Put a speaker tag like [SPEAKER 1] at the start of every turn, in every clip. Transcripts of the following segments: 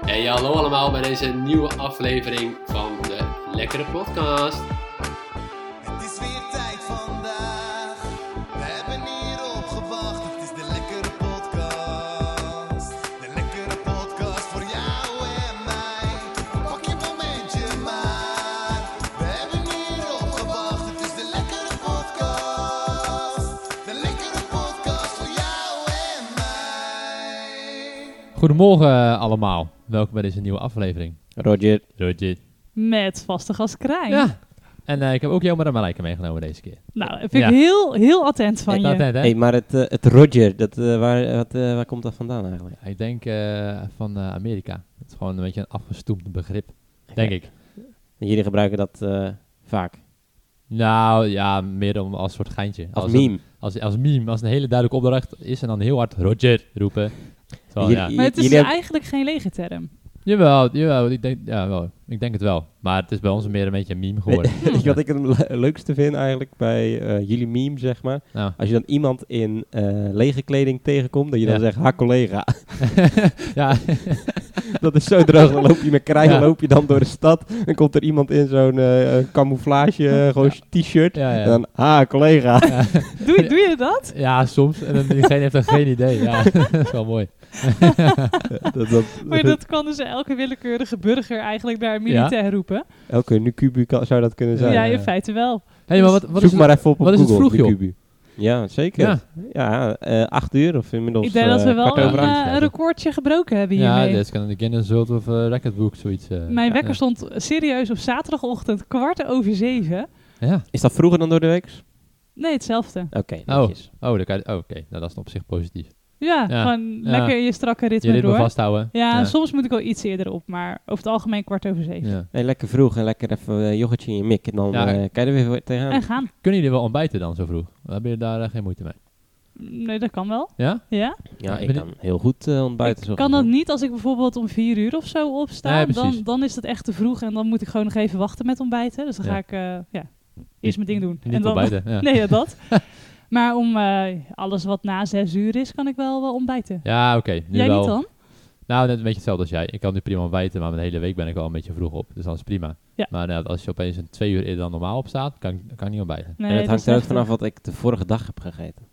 [SPEAKER 1] Hey, hallo allemaal bij deze nieuwe aflevering van de Lekkere Podcast.
[SPEAKER 2] Het is weer tijd vandaag. We hebben hierop gewacht. Het is de lekkere podcast. De lekkere podcast voor jou en mij. Pak je momentje maar. We hebben hierop gewacht. Het is de lekkere podcast. De lekkere podcast voor jou en mij.
[SPEAKER 3] Goedemorgen eh, allemaal. Welkom bij deze nieuwe aflevering.
[SPEAKER 4] Roger.
[SPEAKER 3] Roger.
[SPEAKER 5] Met vaste gast Krijn.
[SPEAKER 3] Ja. En eh, ik heb ook Jelmer en Marijke meegenomen deze keer.
[SPEAKER 5] Nou, daar vind ik
[SPEAKER 3] Ja.
[SPEAKER 5] heel, heel attent van
[SPEAKER 3] Dat
[SPEAKER 5] je.
[SPEAKER 3] net, hè?
[SPEAKER 4] Hey, maar het, eh, het Roger, dat, eh, waar, wat, eh, waar komt dat vandaan eigenlijk?
[SPEAKER 3] Ik denk eh, van eh, Amerika. Het is gewoon een beetje een afgestoemd begrip, denk ik.
[SPEAKER 4] Jullie gebruiken dat eh, vaak.
[SPEAKER 3] Oh, Nou ja, meer om als soort geintje.
[SPEAKER 4] Als,
[SPEAKER 3] een-
[SPEAKER 4] meme.
[SPEAKER 3] als, als meme, als een hele duidelijke opdracht is en dan heel hard Roger roepen. Zo,
[SPEAKER 4] Jullie-
[SPEAKER 3] ja.
[SPEAKER 5] Maar het is
[SPEAKER 4] Jullie hebben-
[SPEAKER 5] eigenlijk geen lege term.
[SPEAKER 3] Jawel, jawel ik, denk, ja, wel, ik denk het wel. Maar het is bij ons meer een beetje een meme geworden.
[SPEAKER 4] Weet je wat ik het le- leukste vind eigenlijk bij eh, jullie meme, zeg maar?
[SPEAKER 3] Nou.
[SPEAKER 4] Als je dan iemand in eh, lege kleding tegenkomt, dat je dan
[SPEAKER 3] Ja.
[SPEAKER 4] zegt, ha collega.
[SPEAKER 3] ja,
[SPEAKER 4] dat is zo droog. Dan loop je met krijgen,
[SPEAKER 3] Ja.
[SPEAKER 4] loop je dan door de stad. Dan komt er iemand in zo'n eh, eh, camouflage, eh, gewoon t-shirt.
[SPEAKER 3] ja,
[SPEAKER 4] En
[SPEAKER 3] ja.
[SPEAKER 4] dan, ha collega.
[SPEAKER 5] Doe, je- doe je dat?
[SPEAKER 3] ja, soms. En dan diegene heeft dan geen idee. Ja, dat is wel mooi.
[SPEAKER 4] dat, dat,
[SPEAKER 5] Maar dat kan dus elke willekeurige burger eigenlijk naar een
[SPEAKER 3] Ja.
[SPEAKER 5] militair roepen.
[SPEAKER 4] Elke Nukubu kan- zou dat kunnen
[SPEAKER 3] Ja,
[SPEAKER 4] zijn.
[SPEAKER 5] ja, in
[SPEAKER 3] ja.
[SPEAKER 5] feite wel.
[SPEAKER 3] hey, maar wat, wat
[SPEAKER 4] Zoek
[SPEAKER 3] is
[SPEAKER 4] maar even op op
[SPEAKER 3] wat is het
[SPEAKER 4] Google,
[SPEAKER 3] vroeg, joh?
[SPEAKER 4] Nukubu. Ja, zeker.
[SPEAKER 3] Ja.
[SPEAKER 4] Ja, eh, acht uur of inmiddels
[SPEAKER 5] ik denk dat
[SPEAKER 4] eh,
[SPEAKER 5] we wel
[SPEAKER 4] kwart
[SPEAKER 5] een,
[SPEAKER 4] over
[SPEAKER 3] aan
[SPEAKER 4] acht.
[SPEAKER 3] het
[SPEAKER 5] eh,
[SPEAKER 3] zetten.
[SPEAKER 5] een recordje gebroken hebben
[SPEAKER 3] Ja,
[SPEAKER 5] hiermee.
[SPEAKER 3] dit kan een Guinness World of eh, Record Book, zoiets. eh.
[SPEAKER 5] Mijn
[SPEAKER 3] Ja,
[SPEAKER 5] wekker
[SPEAKER 3] ja.
[SPEAKER 5] stond serieus op zaterdagochtend kwart over zeven.
[SPEAKER 3] Ja.
[SPEAKER 4] Is dat vroeger dan door de week?
[SPEAKER 5] Nee, hetzelfde.
[SPEAKER 4] Oké,
[SPEAKER 3] Oh.
[SPEAKER 4] netjes.
[SPEAKER 3] Oh, dan kan je- oh, oké. Nou, dat is op zich positief.
[SPEAKER 5] Ja,
[SPEAKER 3] Ja.
[SPEAKER 5] gewoon
[SPEAKER 3] Ja.
[SPEAKER 5] lekker in je strakke
[SPEAKER 3] Je
[SPEAKER 5] ritme
[SPEAKER 3] ritme
[SPEAKER 5] door.
[SPEAKER 3] vasthouden.
[SPEAKER 5] Ja, en soms moet ik wel iets eerder op, maar over het algemeen kwart over zeven.
[SPEAKER 3] Ja.
[SPEAKER 4] Nee, lekker vroeg en lekker even eh, yoghurtje in je mik. En dan
[SPEAKER 3] Ja.
[SPEAKER 4] eh, kan je er weer voor- tegenaan.
[SPEAKER 5] En gaan.
[SPEAKER 3] Kunnen jullie wel ontbijten dan zo vroeg? Dan heb je daar eh, geen moeite mee.
[SPEAKER 5] Nee, dat kan wel.
[SPEAKER 3] Ja?
[SPEAKER 5] Ja?
[SPEAKER 4] Ja,
[SPEAKER 3] ik
[SPEAKER 4] ik
[SPEAKER 3] ben-
[SPEAKER 4] kan heel goed eh, ontbijten.
[SPEAKER 5] Ik
[SPEAKER 4] zo
[SPEAKER 5] kan dat
[SPEAKER 4] goed.
[SPEAKER 5] niet als ik bijvoorbeeld om vier uur of zo opsta.
[SPEAKER 3] Nee, precies.
[SPEAKER 5] dan, dan is dat echt te vroeg en dan moet ik gewoon nog even wachten met ontbijten. Dus dan
[SPEAKER 3] Ja.
[SPEAKER 5] ga ik eh, ja, eerst mijn ding doen.
[SPEAKER 3] Niet
[SPEAKER 5] en dan,
[SPEAKER 3] ontbijten. Ja.
[SPEAKER 5] Nee, ja, dat. maar om eh, alles wat na zes uur is, kan ik wel, wel ontbijten.
[SPEAKER 3] Ja, oké. nu
[SPEAKER 5] Jij
[SPEAKER 3] wel.
[SPEAKER 5] niet dan?
[SPEAKER 3] Nou, net een beetje hetzelfde als jij. Ik kan nu prima ontbijten, maar mijn hele week ben ik al een beetje vroeg op. Dus dan is het prima.
[SPEAKER 5] Ja.
[SPEAKER 3] Maar inderdaad, als je opeens een twee uur eerder dan normaal opstaat, kan, ik- kan ik niet ontbijten.
[SPEAKER 5] Nee,
[SPEAKER 4] en het
[SPEAKER 5] dat
[SPEAKER 4] hangt
[SPEAKER 5] is
[SPEAKER 4] er ook
[SPEAKER 5] dus echt- eh,
[SPEAKER 4] vanaf wat ik de vorige dag heb gegeten.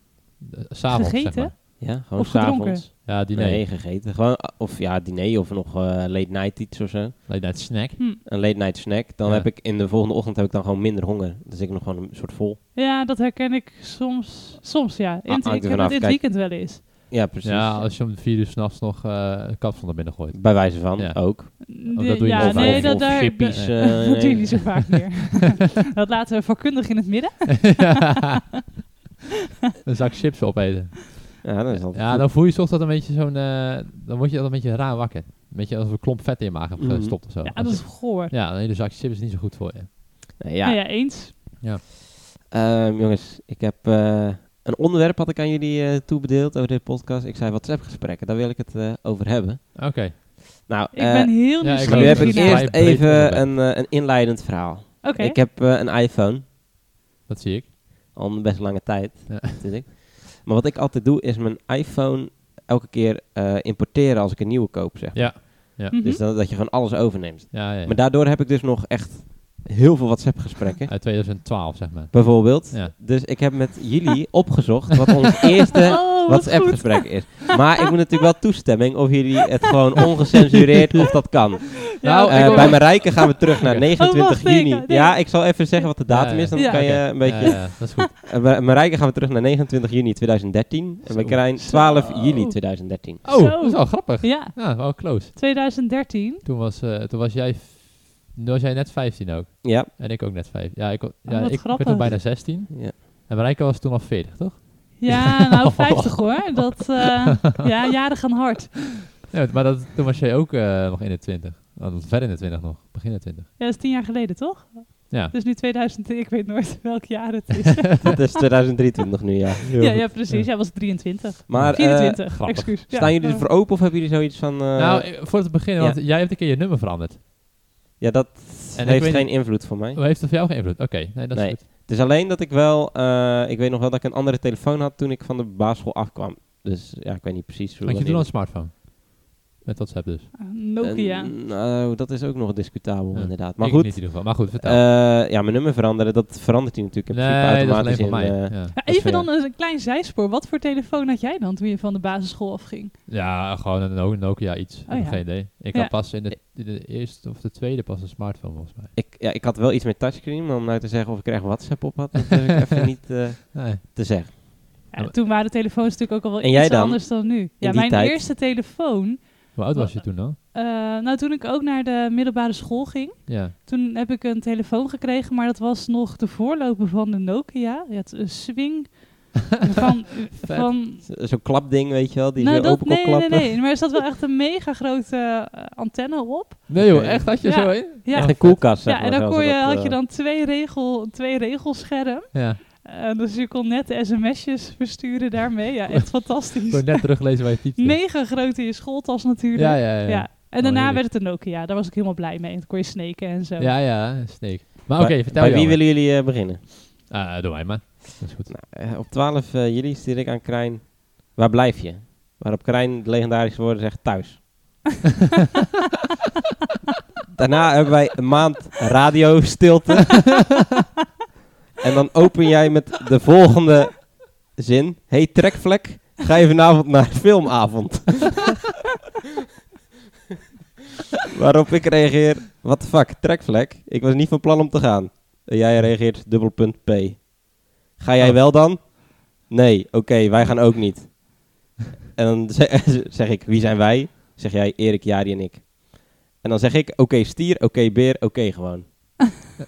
[SPEAKER 3] Eh, S'avonds, zeg
[SPEAKER 5] Gegeten?
[SPEAKER 3] maar.
[SPEAKER 4] Ja, gewoon
[SPEAKER 5] Of gedronken.
[SPEAKER 4] s'avonds.
[SPEAKER 3] Ja, diner.
[SPEAKER 4] Nee. gegeten. Gewoon, ah, of ja, diner of nog eh, late night iets of zo.
[SPEAKER 3] Late night snack.
[SPEAKER 4] Een late night snack. Dan
[SPEAKER 3] Ja.
[SPEAKER 4] heb ik in de volgende ochtend heb ik dan gewoon minder honger. Dan zit ik nog gewoon een soort vol.
[SPEAKER 5] Ja, dat herken ik soms. Soms, ja. In,
[SPEAKER 4] hangt
[SPEAKER 5] het-
[SPEAKER 4] er
[SPEAKER 5] ik heb
[SPEAKER 4] vanaf,
[SPEAKER 5] het in het
[SPEAKER 4] kijk.
[SPEAKER 5] weekend wel eens.
[SPEAKER 4] Ja, precies.
[SPEAKER 3] Ja, als je om vier uur s'nachts nog eh een kapsel naar binnen gooit.
[SPEAKER 4] Bij wijze van,
[SPEAKER 3] Ja.
[SPEAKER 4] ook.
[SPEAKER 3] doe je
[SPEAKER 5] ja,
[SPEAKER 3] niet zo
[SPEAKER 5] nee,
[SPEAKER 3] vaak.
[SPEAKER 5] dat,
[SPEAKER 4] of
[SPEAKER 5] daar,
[SPEAKER 4] chippies,
[SPEAKER 5] dat-
[SPEAKER 4] eh,
[SPEAKER 5] dat doe je
[SPEAKER 4] nee.
[SPEAKER 5] niet zo vaak meer. dat laten we vakkundig in het midden.
[SPEAKER 3] een zak chips opeten.
[SPEAKER 4] Ja, dat is altijd
[SPEAKER 3] Ja,
[SPEAKER 4] goed.
[SPEAKER 3] dan voel je toch dat een beetje zo'n... eh, dan word je dat een beetje raar wakker. Een beetje alsof een klomp vet in je maag hebt
[SPEAKER 4] Mhm.
[SPEAKER 3] gestopt of zo.
[SPEAKER 5] Ja,
[SPEAKER 3] Als
[SPEAKER 5] dat is
[SPEAKER 3] je-
[SPEAKER 5] goor. Ja.
[SPEAKER 3] ja, een hele zak chips is niet zo goed voor je.
[SPEAKER 4] Nee, ja.
[SPEAKER 5] Nou ja, eens.
[SPEAKER 4] Ehm, jongens, ik heb eh, een onderwerp had ik aan jullie eh, toebedeeld over dit podcast. Ik zei WhatsApp gesprekken, daar wil ik het eh, over hebben.
[SPEAKER 3] Oké.
[SPEAKER 4] Nou,
[SPEAKER 5] Ik
[SPEAKER 4] eh,
[SPEAKER 5] ben heel
[SPEAKER 3] ik
[SPEAKER 5] nieuwsgierig.
[SPEAKER 3] ben
[SPEAKER 4] nu heb ik
[SPEAKER 3] Precies.
[SPEAKER 5] hiernaar.
[SPEAKER 3] Vrij
[SPEAKER 4] eerst
[SPEAKER 3] breed onderwerp.
[SPEAKER 4] even een, eh, een inleidend verhaal.
[SPEAKER 5] Oké.
[SPEAKER 4] Ik heb eh, een iPhone,
[SPEAKER 3] Dat zie ik.
[SPEAKER 4] al een best lange tijd
[SPEAKER 3] Ja.
[SPEAKER 4] natuurlijk. Maar wat ik altijd doe is mijn iPhone elke keer eh, importeren als ik een nieuwe koop, zeg.
[SPEAKER 3] Ja.
[SPEAKER 5] Mhm.
[SPEAKER 4] Dus dan, dat je gewoon alles overneemt.
[SPEAKER 3] Ja, ja, ja.
[SPEAKER 4] Maar daardoor heb ik dus nog echt heel veel WhatsApp gesprekken.
[SPEAKER 3] Uit 2012, zeg maar.
[SPEAKER 4] Bijvoorbeeld.
[SPEAKER 3] Ja.
[SPEAKER 4] Dus ik heb met jullie opgezocht wat ons eerste
[SPEAKER 5] Oh, wat
[SPEAKER 4] WhatsApp
[SPEAKER 5] goed.
[SPEAKER 4] gesprek is. Maar ik moet natuurlijk wel toestemming of jullie het gewoon ongecensureerd of dat kan.
[SPEAKER 3] Nou,
[SPEAKER 4] Eh,
[SPEAKER 3] ik wil-
[SPEAKER 4] bij Marijke gaan we terug
[SPEAKER 3] Oh,
[SPEAKER 4] naar 29
[SPEAKER 5] wacht,
[SPEAKER 4] juni.
[SPEAKER 5] ik- nee.
[SPEAKER 4] Ja, ik zal even zeggen wat de datum
[SPEAKER 3] Ja,
[SPEAKER 4] is. Dan
[SPEAKER 5] ja.
[SPEAKER 4] kan je
[SPEAKER 3] Oké.
[SPEAKER 4] een beetje.
[SPEAKER 3] Ja, ja, dat is goed.
[SPEAKER 4] Eh, bij Marijke gaan we terug naar 29 juni 2013. En
[SPEAKER 3] Zo.
[SPEAKER 4] we krijgen 12
[SPEAKER 5] Zo.
[SPEAKER 4] juli 2013.
[SPEAKER 3] Oh,
[SPEAKER 5] Zo.
[SPEAKER 3] dat is wel grappig.
[SPEAKER 5] Ja,
[SPEAKER 3] Ja, wel close.
[SPEAKER 5] 2013.
[SPEAKER 3] Toen was, eh, toen was jij... f- Toen was jij net 15 ook.
[SPEAKER 4] Ja,
[SPEAKER 3] En ik ook net 15. Ja, ik, ja,
[SPEAKER 5] Oh, wat
[SPEAKER 3] ik werd
[SPEAKER 5] grappig.
[SPEAKER 3] toen bijna 16.
[SPEAKER 4] ja.
[SPEAKER 3] En Marijke was toen al 40, toch?
[SPEAKER 5] Ja, nou 50 hoor. Dat, eh, ja, jaren gaan hard.
[SPEAKER 3] Ja, maar dat, toen was jij ook eh, nog in de 20. Nou, dat- Ver in de 20 nog. Begin de 20.
[SPEAKER 5] Ja, dat is tien jaar geleden toch?
[SPEAKER 3] Ja.
[SPEAKER 5] Het is nu 2000, ik weet nooit welk jaar het is.
[SPEAKER 4] dat is 2023 nu, ja. Heel
[SPEAKER 5] ja,
[SPEAKER 4] goed.
[SPEAKER 5] ja, precies. Jij was 23.
[SPEAKER 4] Maar eh,
[SPEAKER 5] 24,
[SPEAKER 3] grappig.
[SPEAKER 5] excuus. Ja.
[SPEAKER 4] staan jullie ervoor open of hebben jullie zoiets van... eh,
[SPEAKER 3] nou, eh, voor het begin, want jij hebt een keer je nummer veranderd.
[SPEAKER 4] ja, dat
[SPEAKER 3] ik
[SPEAKER 4] heeft
[SPEAKER 3] weet
[SPEAKER 4] geen invloed voor mij.
[SPEAKER 3] Hoe heeft dat voor jou geen invloed? Oké, nee, dat is
[SPEAKER 4] Nee.
[SPEAKER 3] goed.
[SPEAKER 4] Het is alleen dat ik wel, eh, ik weet nog wel dat ik een andere telefoon had toen ik van de basisschool afkwam. Dus ja, ik weet niet precies hoe.
[SPEAKER 3] Want je
[SPEAKER 4] wanneer-
[SPEAKER 3] doet al een smartphone. Met WhatsApp dus.
[SPEAKER 5] Ah, Nokia.
[SPEAKER 4] En, nou, dat is ook nog discutabel,
[SPEAKER 3] Ja.
[SPEAKER 4] inderdaad. Maar
[SPEAKER 3] Ik
[SPEAKER 4] goed,
[SPEAKER 3] niet in ieder geval. Maar goed, vertel.
[SPEAKER 4] eh, ja, mijn nummer veranderen, dat verandert hij natuurlijk in principe
[SPEAKER 3] nee, dat is alleen
[SPEAKER 4] automatisch
[SPEAKER 3] van mij.
[SPEAKER 4] in... eh,
[SPEAKER 3] ja.
[SPEAKER 5] Maar
[SPEAKER 4] dat is
[SPEAKER 5] even
[SPEAKER 4] fair.
[SPEAKER 5] dan een klein zijspoor. Wat voor telefoon had jij dan toen je van de basisschool afging?
[SPEAKER 3] ja, gewoon een No- Nokia iets. Ik heb
[SPEAKER 5] ja.
[SPEAKER 3] Geen idee. Ik
[SPEAKER 5] Ja.
[SPEAKER 3] had pas in de, in de eerste of de tweede pas een smartphone volgens mij.
[SPEAKER 4] ik, ja, ik had wel iets met touchscreen, maar om nou te zeggen of ik er echt WhatsApp op had, dat durf ik even niet eh,
[SPEAKER 3] Nee.
[SPEAKER 4] te zeggen. Oh.
[SPEAKER 5] Ja, toen waren de telefoons natuurlijk ook al wel
[SPEAKER 4] En jij
[SPEAKER 5] iets
[SPEAKER 4] dan?
[SPEAKER 5] anders dan nu. Ja,
[SPEAKER 4] die
[SPEAKER 5] mijn
[SPEAKER 4] tijd?
[SPEAKER 5] eerste telefoon.
[SPEAKER 3] Hoe oud was je toen dan?
[SPEAKER 5] eh, nou, toen ik ook naar de middelbare school ging,
[SPEAKER 3] Ja.
[SPEAKER 5] toen heb ik een telefoon gekregen, maar dat was nog de voorloper van de Nokia. Ja, het, een swing van, van
[SPEAKER 4] Zo- Zo'n klapding, weet je wel, die
[SPEAKER 5] nou,
[SPEAKER 4] zo
[SPEAKER 5] dat,
[SPEAKER 4] open eh, kon
[SPEAKER 5] nee, nee,
[SPEAKER 4] klappen.
[SPEAKER 5] nee. Maar er zat wel echt een mega grote eh, antenne op.
[SPEAKER 3] Nee joh,
[SPEAKER 4] Oké.
[SPEAKER 3] echt? Had je
[SPEAKER 5] Ja.
[SPEAKER 3] zo een?
[SPEAKER 5] Ja,
[SPEAKER 4] Echt een koelkast, zeg
[SPEAKER 5] ja
[SPEAKER 4] maar,
[SPEAKER 5] en dan
[SPEAKER 4] zoals
[SPEAKER 5] kon je,
[SPEAKER 4] dat,
[SPEAKER 5] had
[SPEAKER 4] eh,
[SPEAKER 5] je dan twee, regel, twee regelscherm.
[SPEAKER 3] Ja.
[SPEAKER 5] Eh, dus je kon net sms'jes versturen daarmee. Ja, echt
[SPEAKER 3] Ik
[SPEAKER 5] fantastisch.
[SPEAKER 3] kon net teruglezen waar je typte.
[SPEAKER 5] Mega groot in je schooltas natuurlijk.
[SPEAKER 3] Ja, ja, ja.
[SPEAKER 5] Ja.
[SPEAKER 3] Ja,
[SPEAKER 5] En daarna
[SPEAKER 3] heerlijk.
[SPEAKER 5] werd het een Nokia. Daar was ik helemaal blij mee. En toen kon je snaken en zo.
[SPEAKER 3] ja, Snake. Maar oké,
[SPEAKER 4] bij-
[SPEAKER 3] vertel
[SPEAKER 4] Bij
[SPEAKER 3] je
[SPEAKER 4] wie
[SPEAKER 3] al.
[SPEAKER 4] willen jullie eh, beginnen?
[SPEAKER 3] Eh, doe mij maar. Dat is goed.
[SPEAKER 4] Eh, op 12 eh, juli stuur ik aan Krijn, waar blijf je? Waarop Krijn het legendarische woorden zegt, thuis. Daarna hebben wij een maand radiostilte. en dan open jij met de volgende zin. Hey trekvlek, ga je vanavond naar filmavond? Waarop ik reageer, what the fuck, trekvlek? Ik was niet van plan om te gaan. En jij reageert, dubbelpunt P. Ga jij
[SPEAKER 3] Oh.
[SPEAKER 4] wel dan? Nee, oké, wij gaan ook niet. En dan ze- zeg ik, wie zijn wij? Zeg jij, Erik, Jari en ik. En dan zeg ik, oké stier, oké beer, oké gewoon.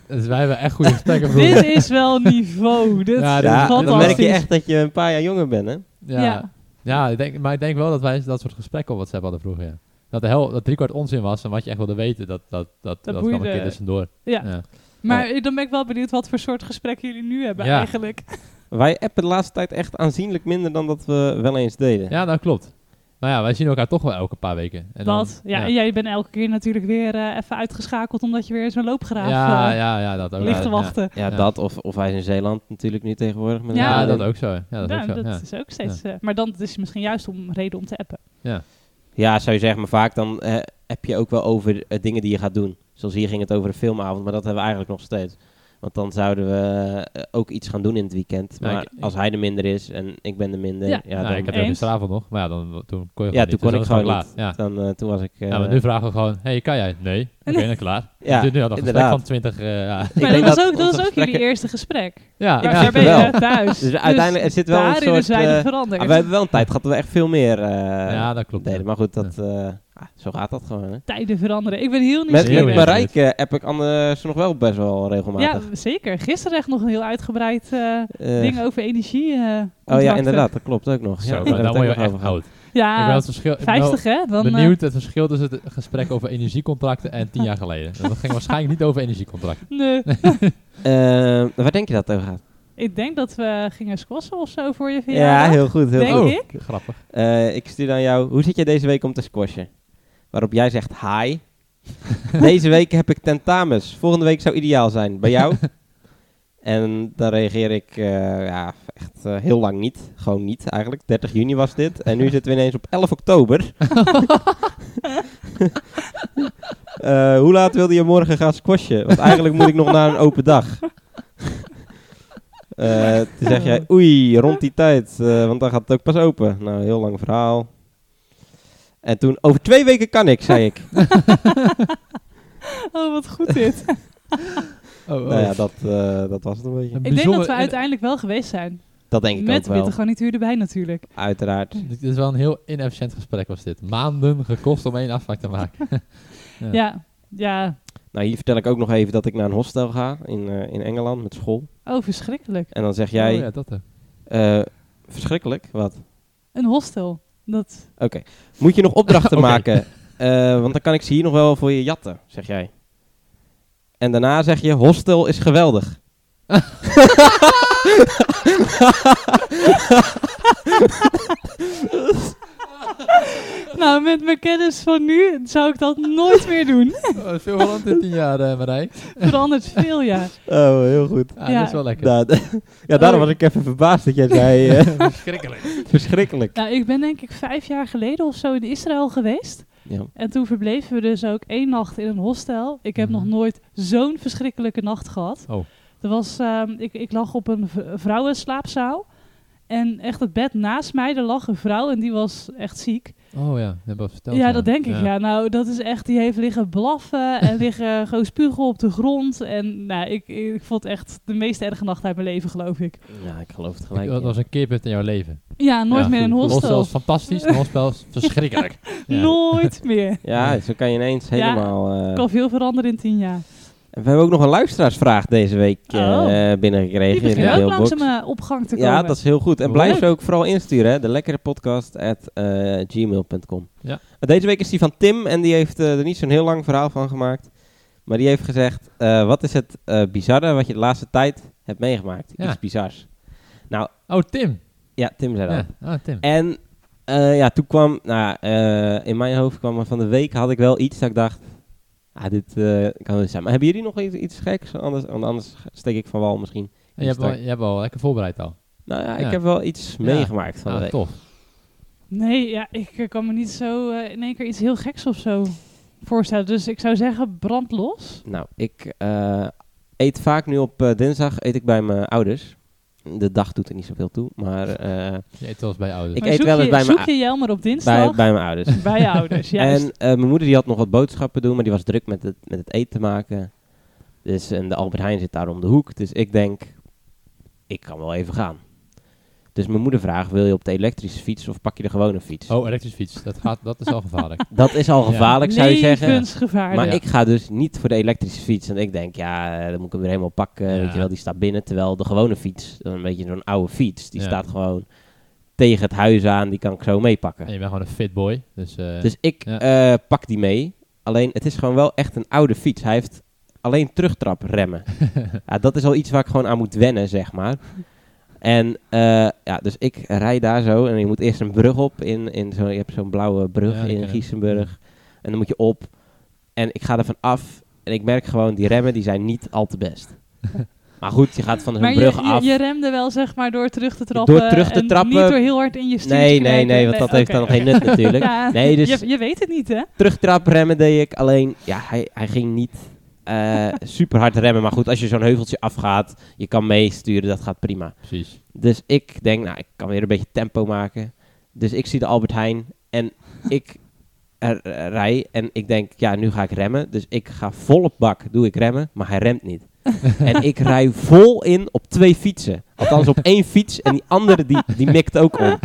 [SPEAKER 3] Dus wij hebben echt goede gesprekken
[SPEAKER 5] Dit
[SPEAKER 3] vroeger.
[SPEAKER 5] is wel niveau. Dit
[SPEAKER 3] Ja,
[SPEAKER 5] is
[SPEAKER 3] dit is-
[SPEAKER 4] Ja, dan merk je
[SPEAKER 5] fantastisch.
[SPEAKER 4] echt dat je een paar jaar jonger bent, hè?
[SPEAKER 3] Ja, ja.
[SPEAKER 5] Ja.
[SPEAKER 3] ik denk, maar ik denk wel dat wij dat soort gesprekken op WhatsApp hadden vroeger, ja. Dat, de hel, dat driekwart onzin was en wat je echt wilde weten, dat, dat, dat, dat, kwam een
[SPEAKER 5] boeide.
[SPEAKER 3] keer tussendoor.
[SPEAKER 5] Ja.
[SPEAKER 3] Ja.
[SPEAKER 5] Maar eh, dan ben ik wel benieuwd wat voor soort gesprekken jullie nu hebben
[SPEAKER 3] Ja.
[SPEAKER 5] eigenlijk.
[SPEAKER 4] Wij appen de laatste tijd echt aanzienlijk minder dan dat we wel eens deden.
[SPEAKER 3] ja, nou klopt. Nou ja, wij zien elkaar toch wel elke paar weken. En dan-
[SPEAKER 5] dat. Ja, en jij bent elke keer natuurlijk weer eh, even uitgeschakeld omdat je weer zo'n loopgraaf
[SPEAKER 3] ja,
[SPEAKER 5] eh,
[SPEAKER 3] ja, ja, dat ook.
[SPEAKER 5] ligt
[SPEAKER 3] ja,
[SPEAKER 5] te wachten.
[SPEAKER 4] Ja,
[SPEAKER 3] Ja.
[SPEAKER 4] dat of, of hij is in Zeeland natuurlijk nu tegenwoordig. Met
[SPEAKER 5] Ja.
[SPEAKER 3] Ja,
[SPEAKER 4] een-
[SPEAKER 3] dat ook zo. Ja, dat is ook
[SPEAKER 5] Nou,
[SPEAKER 3] zo.
[SPEAKER 5] dat
[SPEAKER 3] ja.
[SPEAKER 5] is ook steeds. eh, maar dan is het misschien juist om reden om te appen.
[SPEAKER 4] Ja, zou je zeggen, maar vaak dan eh, heb je ook wel over eh, dingen die je gaat doen. Zoals hier ging het over een filmavond, maar dat hebben we eigenlijk nog steeds. Want dan zouden we eh, ook iets gaan doen in het weekend.
[SPEAKER 3] Ja,
[SPEAKER 4] Maar
[SPEAKER 3] ik-
[SPEAKER 4] als hij er minder is en ik ben er minder, ja,
[SPEAKER 5] Ja.
[SPEAKER 4] ja,
[SPEAKER 3] Nou,
[SPEAKER 4] dan, eh,
[SPEAKER 3] ik heb
[SPEAKER 5] Eens.
[SPEAKER 3] er gisteravond nog, maar ja, dan, toen kon je
[SPEAKER 4] ja
[SPEAKER 3] gewoon
[SPEAKER 4] toen
[SPEAKER 3] niet, dus
[SPEAKER 4] kon ik
[SPEAKER 3] dan was
[SPEAKER 4] gewoon
[SPEAKER 3] het
[SPEAKER 4] niet.
[SPEAKER 3] klaar. Ja.
[SPEAKER 4] Dan, eh, toen was ik... eh,
[SPEAKER 3] ja, maar nu vragen we gewoon, hey, kan jij? Nee. Oké, dan klaar. Dus nu
[SPEAKER 4] Ja,
[SPEAKER 3] had een gesprek
[SPEAKER 4] inderdaad.
[SPEAKER 3] van 20, eh, ja.
[SPEAKER 4] ik
[SPEAKER 5] maar
[SPEAKER 4] denk
[SPEAKER 5] dat was ook,
[SPEAKER 4] onze
[SPEAKER 5] dat was ook jullie
[SPEAKER 4] gesprekken-
[SPEAKER 5] eerste gesprek.
[SPEAKER 3] Ja,
[SPEAKER 5] Daar-
[SPEAKER 3] ja.
[SPEAKER 5] daar ben je
[SPEAKER 4] wel.
[SPEAKER 5] eh, thuis.
[SPEAKER 4] Dus uiteindelijk, er zit wel een
[SPEAKER 5] daarin
[SPEAKER 4] soort,
[SPEAKER 5] is weinig
[SPEAKER 4] eh,
[SPEAKER 5] veranderd.
[SPEAKER 4] Ah, we hebben wel een tijd gehad dat we echt veel meer eh
[SPEAKER 3] ja, dat klopt. ja.
[SPEAKER 4] deden. Maar goed, dat, eh, ah, zo gaat dat gewoon, hè.
[SPEAKER 5] Tijden veranderen. Ik ben heel
[SPEAKER 4] Met,
[SPEAKER 5] nieuwsgierig.
[SPEAKER 3] Heel
[SPEAKER 4] met
[SPEAKER 3] erg
[SPEAKER 4] bereik eh, app ik anders nog wel best wel
[SPEAKER 5] ja,
[SPEAKER 4] regelmatig.
[SPEAKER 5] zeker. Gisteren echt nog een heel uitgebreid eh,
[SPEAKER 4] Eh,
[SPEAKER 5] ding over energie. eh,
[SPEAKER 4] oh ja,
[SPEAKER 5] contracten.
[SPEAKER 4] inderdaad, dat klopt ook nog.
[SPEAKER 3] Zo,
[SPEAKER 4] ja,
[SPEAKER 3] maar
[SPEAKER 4] daar hebben we
[SPEAKER 3] dan
[SPEAKER 4] het
[SPEAKER 3] word je
[SPEAKER 4] ook nog
[SPEAKER 3] wel echt
[SPEAKER 4] over gehad.
[SPEAKER 3] oud. ik ben
[SPEAKER 5] Ja,
[SPEAKER 3] het verschil, ik ben wel
[SPEAKER 5] 50 hè? Dan, eh,
[SPEAKER 3] benieuwd het verschil tussen het gesprek over energiecontracten en tien jaar geleden. Dat ging waarschijnlijk niet over energiecontracten.
[SPEAKER 5] nee.
[SPEAKER 4] Eh, waar denk je dat het over gaat?
[SPEAKER 5] Ik denk dat we gingen squassen of zo voor je
[SPEAKER 4] Ja,
[SPEAKER 5] verjaardag.
[SPEAKER 4] heel goed. Heel
[SPEAKER 5] Denk
[SPEAKER 4] goed.
[SPEAKER 5] ik.
[SPEAKER 3] Oh, Grappig.
[SPEAKER 4] Eh, ik stuur aan jou, hoe zit jij deze week om te squashen? Waarop jij zegt, hi. deze week heb ik tentamens. Volgende week zou ideaal zijn. Bij jou? en dan reageer ik, eh, ja, echt eh, heel lang niet. Gewoon niet eigenlijk. 30 juni was dit. En nu zitten we ineens op 11 oktober. Eh, hoe laat wilde je morgen gaan squashen? Want eigenlijk moet ik nog naar een open dag. Eh, toen zeg jij, oei, rond die tijd, eh, want dan gaat het ook pas open. Nou, heel lang verhaal. En toen, over twee weken kan ik, zei ik.
[SPEAKER 5] Oh, wat goed dit.
[SPEAKER 3] Oh, oh.
[SPEAKER 4] nou ja, dat, eh, dat was het een beetje.
[SPEAKER 3] Een
[SPEAKER 5] ik denk dat
[SPEAKER 3] bijzonder-
[SPEAKER 5] we uiteindelijk wel geweest zijn.
[SPEAKER 4] Dat denk ik
[SPEAKER 5] Met
[SPEAKER 4] ook wel,
[SPEAKER 5] witte garnituur erbij natuurlijk.
[SPEAKER 4] uiteraard.
[SPEAKER 3] Dit is wel een heel inefficiënt gesprek was dit. Maanden gekost om één afspraak te maken. Ja.
[SPEAKER 5] Ja. ja.
[SPEAKER 4] Nou, hier vertel ik ook nog even dat ik naar een hostel ga in, eh, in Engeland met school.
[SPEAKER 5] Oh, verschrikkelijk.
[SPEAKER 4] En dan zeg jij,
[SPEAKER 3] Oh ja, dat, hè.
[SPEAKER 4] eh, verschrikkelijk, wat?
[SPEAKER 5] Een hostel. Dat...
[SPEAKER 4] Oké, moet je nog opdrachten
[SPEAKER 3] Oké.
[SPEAKER 4] maken? Eh, want dan kan ik ze hier nog wel voor je jatten, zeg jij. En daarna zeg je, hostel is geweldig.
[SPEAKER 5] Nou, met mijn kennis van nu zou ik dat nooit meer doen.
[SPEAKER 3] Oh, veel Holland in tien jaar, eh Marij.
[SPEAKER 5] Verandert veel, ja.
[SPEAKER 4] Oh, heel goed.
[SPEAKER 3] Ah,
[SPEAKER 5] Ja.
[SPEAKER 3] Dat is wel lekker.
[SPEAKER 4] Nou, d- ja, daarom
[SPEAKER 5] Oh.
[SPEAKER 4] was ik even verbaasd dat jij zei, eh,
[SPEAKER 3] Verschrikkelijk.
[SPEAKER 4] verschrikkelijk.
[SPEAKER 5] Nou, ik ben denk ik vijf jaar geleden of zo in Israël geweest.
[SPEAKER 4] Ja.
[SPEAKER 5] En toen verbleven we dus ook één nacht in een hostel. Ik heb
[SPEAKER 3] Mhm.
[SPEAKER 5] nog nooit zo'n verschrikkelijke nacht gehad.
[SPEAKER 3] Oh.
[SPEAKER 5] Er was, ehm, ik, ik lag op een v- vrouwenslaapzaal. En echt het bed naast mij, er lag een vrouw en die was echt ziek.
[SPEAKER 3] Oh ja, dat hebben we al verteld.
[SPEAKER 5] ja, dat denk ik. Ja. nou, dat is echt, die heeft liggen blaffen en liggen gewoon spugen op de grond. En nou, ik, ik vond echt de meest erge nacht uit mijn leven, geloof ik.
[SPEAKER 4] ja, ik geloof het
[SPEAKER 3] Ik-
[SPEAKER 4] gelijk.
[SPEAKER 3] dat
[SPEAKER 4] ja.
[SPEAKER 3] was een keerpunt in jouw leven.
[SPEAKER 5] Ja, nooit
[SPEAKER 3] Ja.
[SPEAKER 5] meer in een
[SPEAKER 3] Hostel
[SPEAKER 5] hostel.
[SPEAKER 3] is fantastisch, een hostel is verschrikkelijk. Ja.
[SPEAKER 5] Nooit meer.
[SPEAKER 4] Ja, zo kan je ineens helemaal... eh,
[SPEAKER 5] Kan veel veranderen in tien jaar.
[SPEAKER 4] we hebben ook nog een luisteraarsvraag deze week eh,
[SPEAKER 5] Oh.
[SPEAKER 4] eh, binnengekregen
[SPEAKER 5] Die
[SPEAKER 4] in de
[SPEAKER 5] begint ook
[SPEAKER 4] mailbox.
[SPEAKER 5] langzaam eh, op gang te komen.
[SPEAKER 4] Ja, dat is heel goed. En
[SPEAKER 3] Leuk.
[SPEAKER 4] blijf ze ook vooral insturen, hè. De lekkere podcast at eh, gmail.com.
[SPEAKER 3] Ja.
[SPEAKER 4] Maar Eh, Deze week is die van Tim en die heeft eh, er niet zo'n heel lang verhaal van gemaakt. Maar die heeft gezegd, eh, wat is het eh, bizarre wat je de laatste tijd hebt meegemaakt?
[SPEAKER 3] Ja.
[SPEAKER 4] Iets bizars. Nou,
[SPEAKER 3] Oh, Tim.
[SPEAKER 4] Ja, Tim zei dat.
[SPEAKER 3] Ja, oh, Tim.
[SPEAKER 4] En eh, ja, toen kwam, nou, eh, in mijn hoofd kwam er van de week had ik wel iets dat ik dacht, ah, dit eh, kan wel zijn. Maar hebben jullie nog iets, iets geks? Anders, want anders steek ik van wal misschien.
[SPEAKER 3] En je, hebt wel, je hebt wel lekker voorbereid al.
[SPEAKER 4] Nou ja, ik
[SPEAKER 3] Ja.
[SPEAKER 4] heb wel iets meegemaakt van de
[SPEAKER 3] Ah,
[SPEAKER 4] week.
[SPEAKER 3] tof.
[SPEAKER 5] Nee, ja, ik eh, kan me niet zo eh, in één keer iets heel geks of zo voorstellen. Dus ik zou zeggen, brand los.
[SPEAKER 4] Nou, ik eh, eet vaak nu op eh, dinsdag eet ik bij mijn ouders. De dag doet er niet zoveel toe, maar eh,
[SPEAKER 3] Je eet wel eens bij je ouders.
[SPEAKER 4] Ik-
[SPEAKER 5] Maar
[SPEAKER 4] eet
[SPEAKER 5] zoek
[SPEAKER 4] wel eens
[SPEAKER 5] je,
[SPEAKER 4] bij mijn
[SPEAKER 5] Zoek je Jelmer op
[SPEAKER 4] bij,
[SPEAKER 5] dinsdag bij,
[SPEAKER 4] bij mijn ouders.
[SPEAKER 5] je ouders, juist.
[SPEAKER 3] dus-
[SPEAKER 4] En eh, mijn moeder die had nog wat boodschappen doen, maar die was druk met het, met het eten te maken. Dus en de Albert Heijn zit daar om de hoek. Dus ik denk, ik kan wel even gaan. Dus mijn moeder vraagt, wil je op de elektrische fiets of pak je de gewone fiets?
[SPEAKER 3] Oh, elektrische fiets. Dat, gaat, dat is al gevaarlijk.
[SPEAKER 4] Dat is al
[SPEAKER 3] Ja.
[SPEAKER 4] gevaarlijk, zou je zeggen.
[SPEAKER 5] Levensgevaarlijk.
[SPEAKER 4] Maar
[SPEAKER 3] Ja.
[SPEAKER 4] ik ga dus niet voor de elektrische fiets. En ik denk, ja, eh, dan moet ik hem weer helemaal pakken.
[SPEAKER 3] Ja.
[SPEAKER 4] Weet je wel, die staat binnen. Terwijl de gewone fiets, een beetje zo'n oude fiets, die
[SPEAKER 3] Ja.
[SPEAKER 4] staat gewoon tegen het huis aan. Die kan ik zo meepakken.
[SPEAKER 3] en je bent gewoon een fit boy. Dus, eh,
[SPEAKER 4] Dus ik
[SPEAKER 3] Ja.
[SPEAKER 4] eh, pak die mee. Alleen, het is gewoon wel echt een oude fiets. Hij heeft alleen terugtrapremmen. ja, dat is al iets waar ik gewoon aan moet wennen, zeg maar. En eh, ja, dus ik rij daar zo en je moet eerst een brug op. In, in zo, je hebt zo'n blauwe brug
[SPEAKER 3] Ja, die ken
[SPEAKER 4] in
[SPEAKER 3] ik.
[SPEAKER 4] Giesenburg. En dan moet je op. En ik ga er van af. En ik merk gewoon, die remmen die zijn niet al te best. maar goed, je gaat van
[SPEAKER 5] Maar
[SPEAKER 4] zo'n
[SPEAKER 5] je,
[SPEAKER 4] brug
[SPEAKER 5] je,
[SPEAKER 4] af.
[SPEAKER 5] je remde wel, zeg maar, door terug te trappen.
[SPEAKER 4] terug te
[SPEAKER 5] en
[SPEAKER 4] trappen.
[SPEAKER 5] niet door heel hard in je stuur
[SPEAKER 4] nee,
[SPEAKER 5] te
[SPEAKER 4] nee,
[SPEAKER 5] knijpen.
[SPEAKER 4] nee, want dat heeft
[SPEAKER 5] oké,
[SPEAKER 4] dan geen nut
[SPEAKER 5] oké.
[SPEAKER 4] natuurlijk.
[SPEAKER 5] Ja,
[SPEAKER 4] Nee, dus
[SPEAKER 5] je, je weet het niet, hè?
[SPEAKER 4] terugtrapremmen deed ik. Alleen, ja, hij, hij ging niet eh, super hard remmen. Maar goed, als je zo'n heuveltje afgaat, je kan meesturen, dat gaat prima.
[SPEAKER 3] precies.
[SPEAKER 4] Dus ik denk, nou, ik kan weer een beetje tempo maken. Dus ik zie de Albert Heijn en ik er- er- rij en ik denk, ja, nu ga ik remmen. Dus ik ga volle bak, doe ik remmen, maar hij remt niet. en ik rij vol in op twee fietsen. Althans op één fiets en die andere die, die mikt ook om.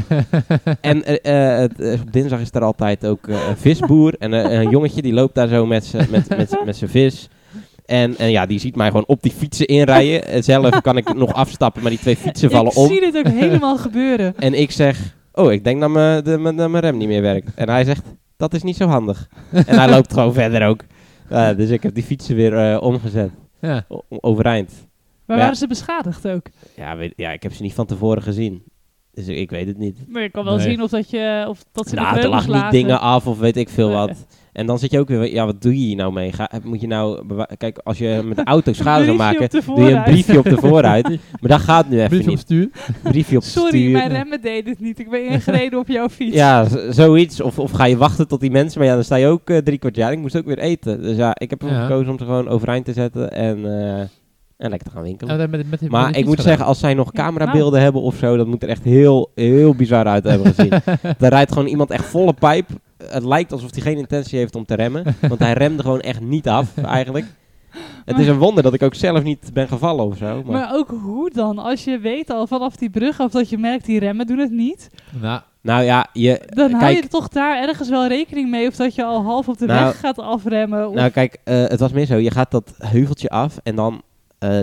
[SPEAKER 4] En eh, eh, het, eh, op dinsdag is er altijd ook eh, een visboer en eh, een jongetje die loopt daar zo met zijn met, met, met zijn vis. En, en ja, die ziet mij gewoon op die fietsen inrijden. Eh, Zelf kan ik nog afstappen, maar die twee fietsen vallen
[SPEAKER 5] ik
[SPEAKER 4] om.
[SPEAKER 5] zie dit ook helemaal gebeuren.
[SPEAKER 4] En ik zeg, oh, ik denk dat mijn- de- mijn dat mijn rem niet meer werkt. En hij zegt, dat is niet zo handig. en hij loopt gewoon verder ook. Ja, dus ik heb die fietsen weer eh, omgezet,
[SPEAKER 3] Ja.
[SPEAKER 4] o- overeind.
[SPEAKER 5] Maar
[SPEAKER 4] Ja.
[SPEAKER 5] waren ze beschadigd ook?
[SPEAKER 4] Ja, weet- ja, ik heb ze niet van tevoren gezien. Dus ik, ik weet het niet.
[SPEAKER 5] Maar je kan wel
[SPEAKER 3] Nee.
[SPEAKER 5] zien of dat, je, of dat ze in de
[SPEAKER 4] Nou, er
[SPEAKER 5] kreukels
[SPEAKER 4] lag niet
[SPEAKER 5] lagen.
[SPEAKER 4] dingen af of weet ik veel
[SPEAKER 5] Nee.
[SPEAKER 4] wat. En dan zit je ook weer, ja, wat doe je hier nou mee? Ga, moet je nou, bewa- kijk, als je met de auto schade zou
[SPEAKER 5] briefje
[SPEAKER 4] maken,
[SPEAKER 5] op de
[SPEAKER 4] doe je een
[SPEAKER 5] voorruit.
[SPEAKER 4] briefje op de vooruit. maar dat gaat nu even
[SPEAKER 3] Brief op
[SPEAKER 4] niet.
[SPEAKER 3] stuur.
[SPEAKER 4] Briefje op het
[SPEAKER 5] Sorry,
[SPEAKER 4] stuur.
[SPEAKER 5] mijn remmen deden het niet. Ik ben ingereden op jouw fiets.
[SPEAKER 4] Ja, z- zoiets. Of, of ga je wachten tot die mensen. Maar ja, dan sta je ook eh, drie kwart jaar. Ik moest ook weer eten. Dus ja, ik heb ervoor
[SPEAKER 3] Ja.
[SPEAKER 4] gekozen om ze gewoon overeind te zetten en, eh, en lekker te gaan winkelen.
[SPEAKER 3] En dan Eh, met, met, met
[SPEAKER 4] maar
[SPEAKER 3] die
[SPEAKER 4] ik moet
[SPEAKER 3] fiets
[SPEAKER 4] zeggen, als zij nog
[SPEAKER 5] Ja,
[SPEAKER 4] camerabeelden hebben of zo, dat moet er echt heel, heel bizar uit hebben gezien. Daar rijdt gewoon iemand echt volle pijp. Het lijkt alsof hij geen intentie heeft om te remmen. Want hij remde gewoon echt niet af, eigenlijk. Het is een wonder dat ik ook zelf niet ben gevallen of zo. Maar,
[SPEAKER 5] Maar ook hoe dan? Als je weet al vanaf die brug af dat je merkt die remmen doen het niet.
[SPEAKER 3] gedaan. Nou,
[SPEAKER 4] nou ja, je,
[SPEAKER 5] Dan hou je
[SPEAKER 4] kijk,
[SPEAKER 5] er toch daar ergens wel rekening mee. Of dat je al half op de
[SPEAKER 4] Nou,
[SPEAKER 5] weg gaat afremmen. Of,
[SPEAKER 4] Nou, kijk, eh, het was meer zo. Je gaat dat heuveltje af en dan eh,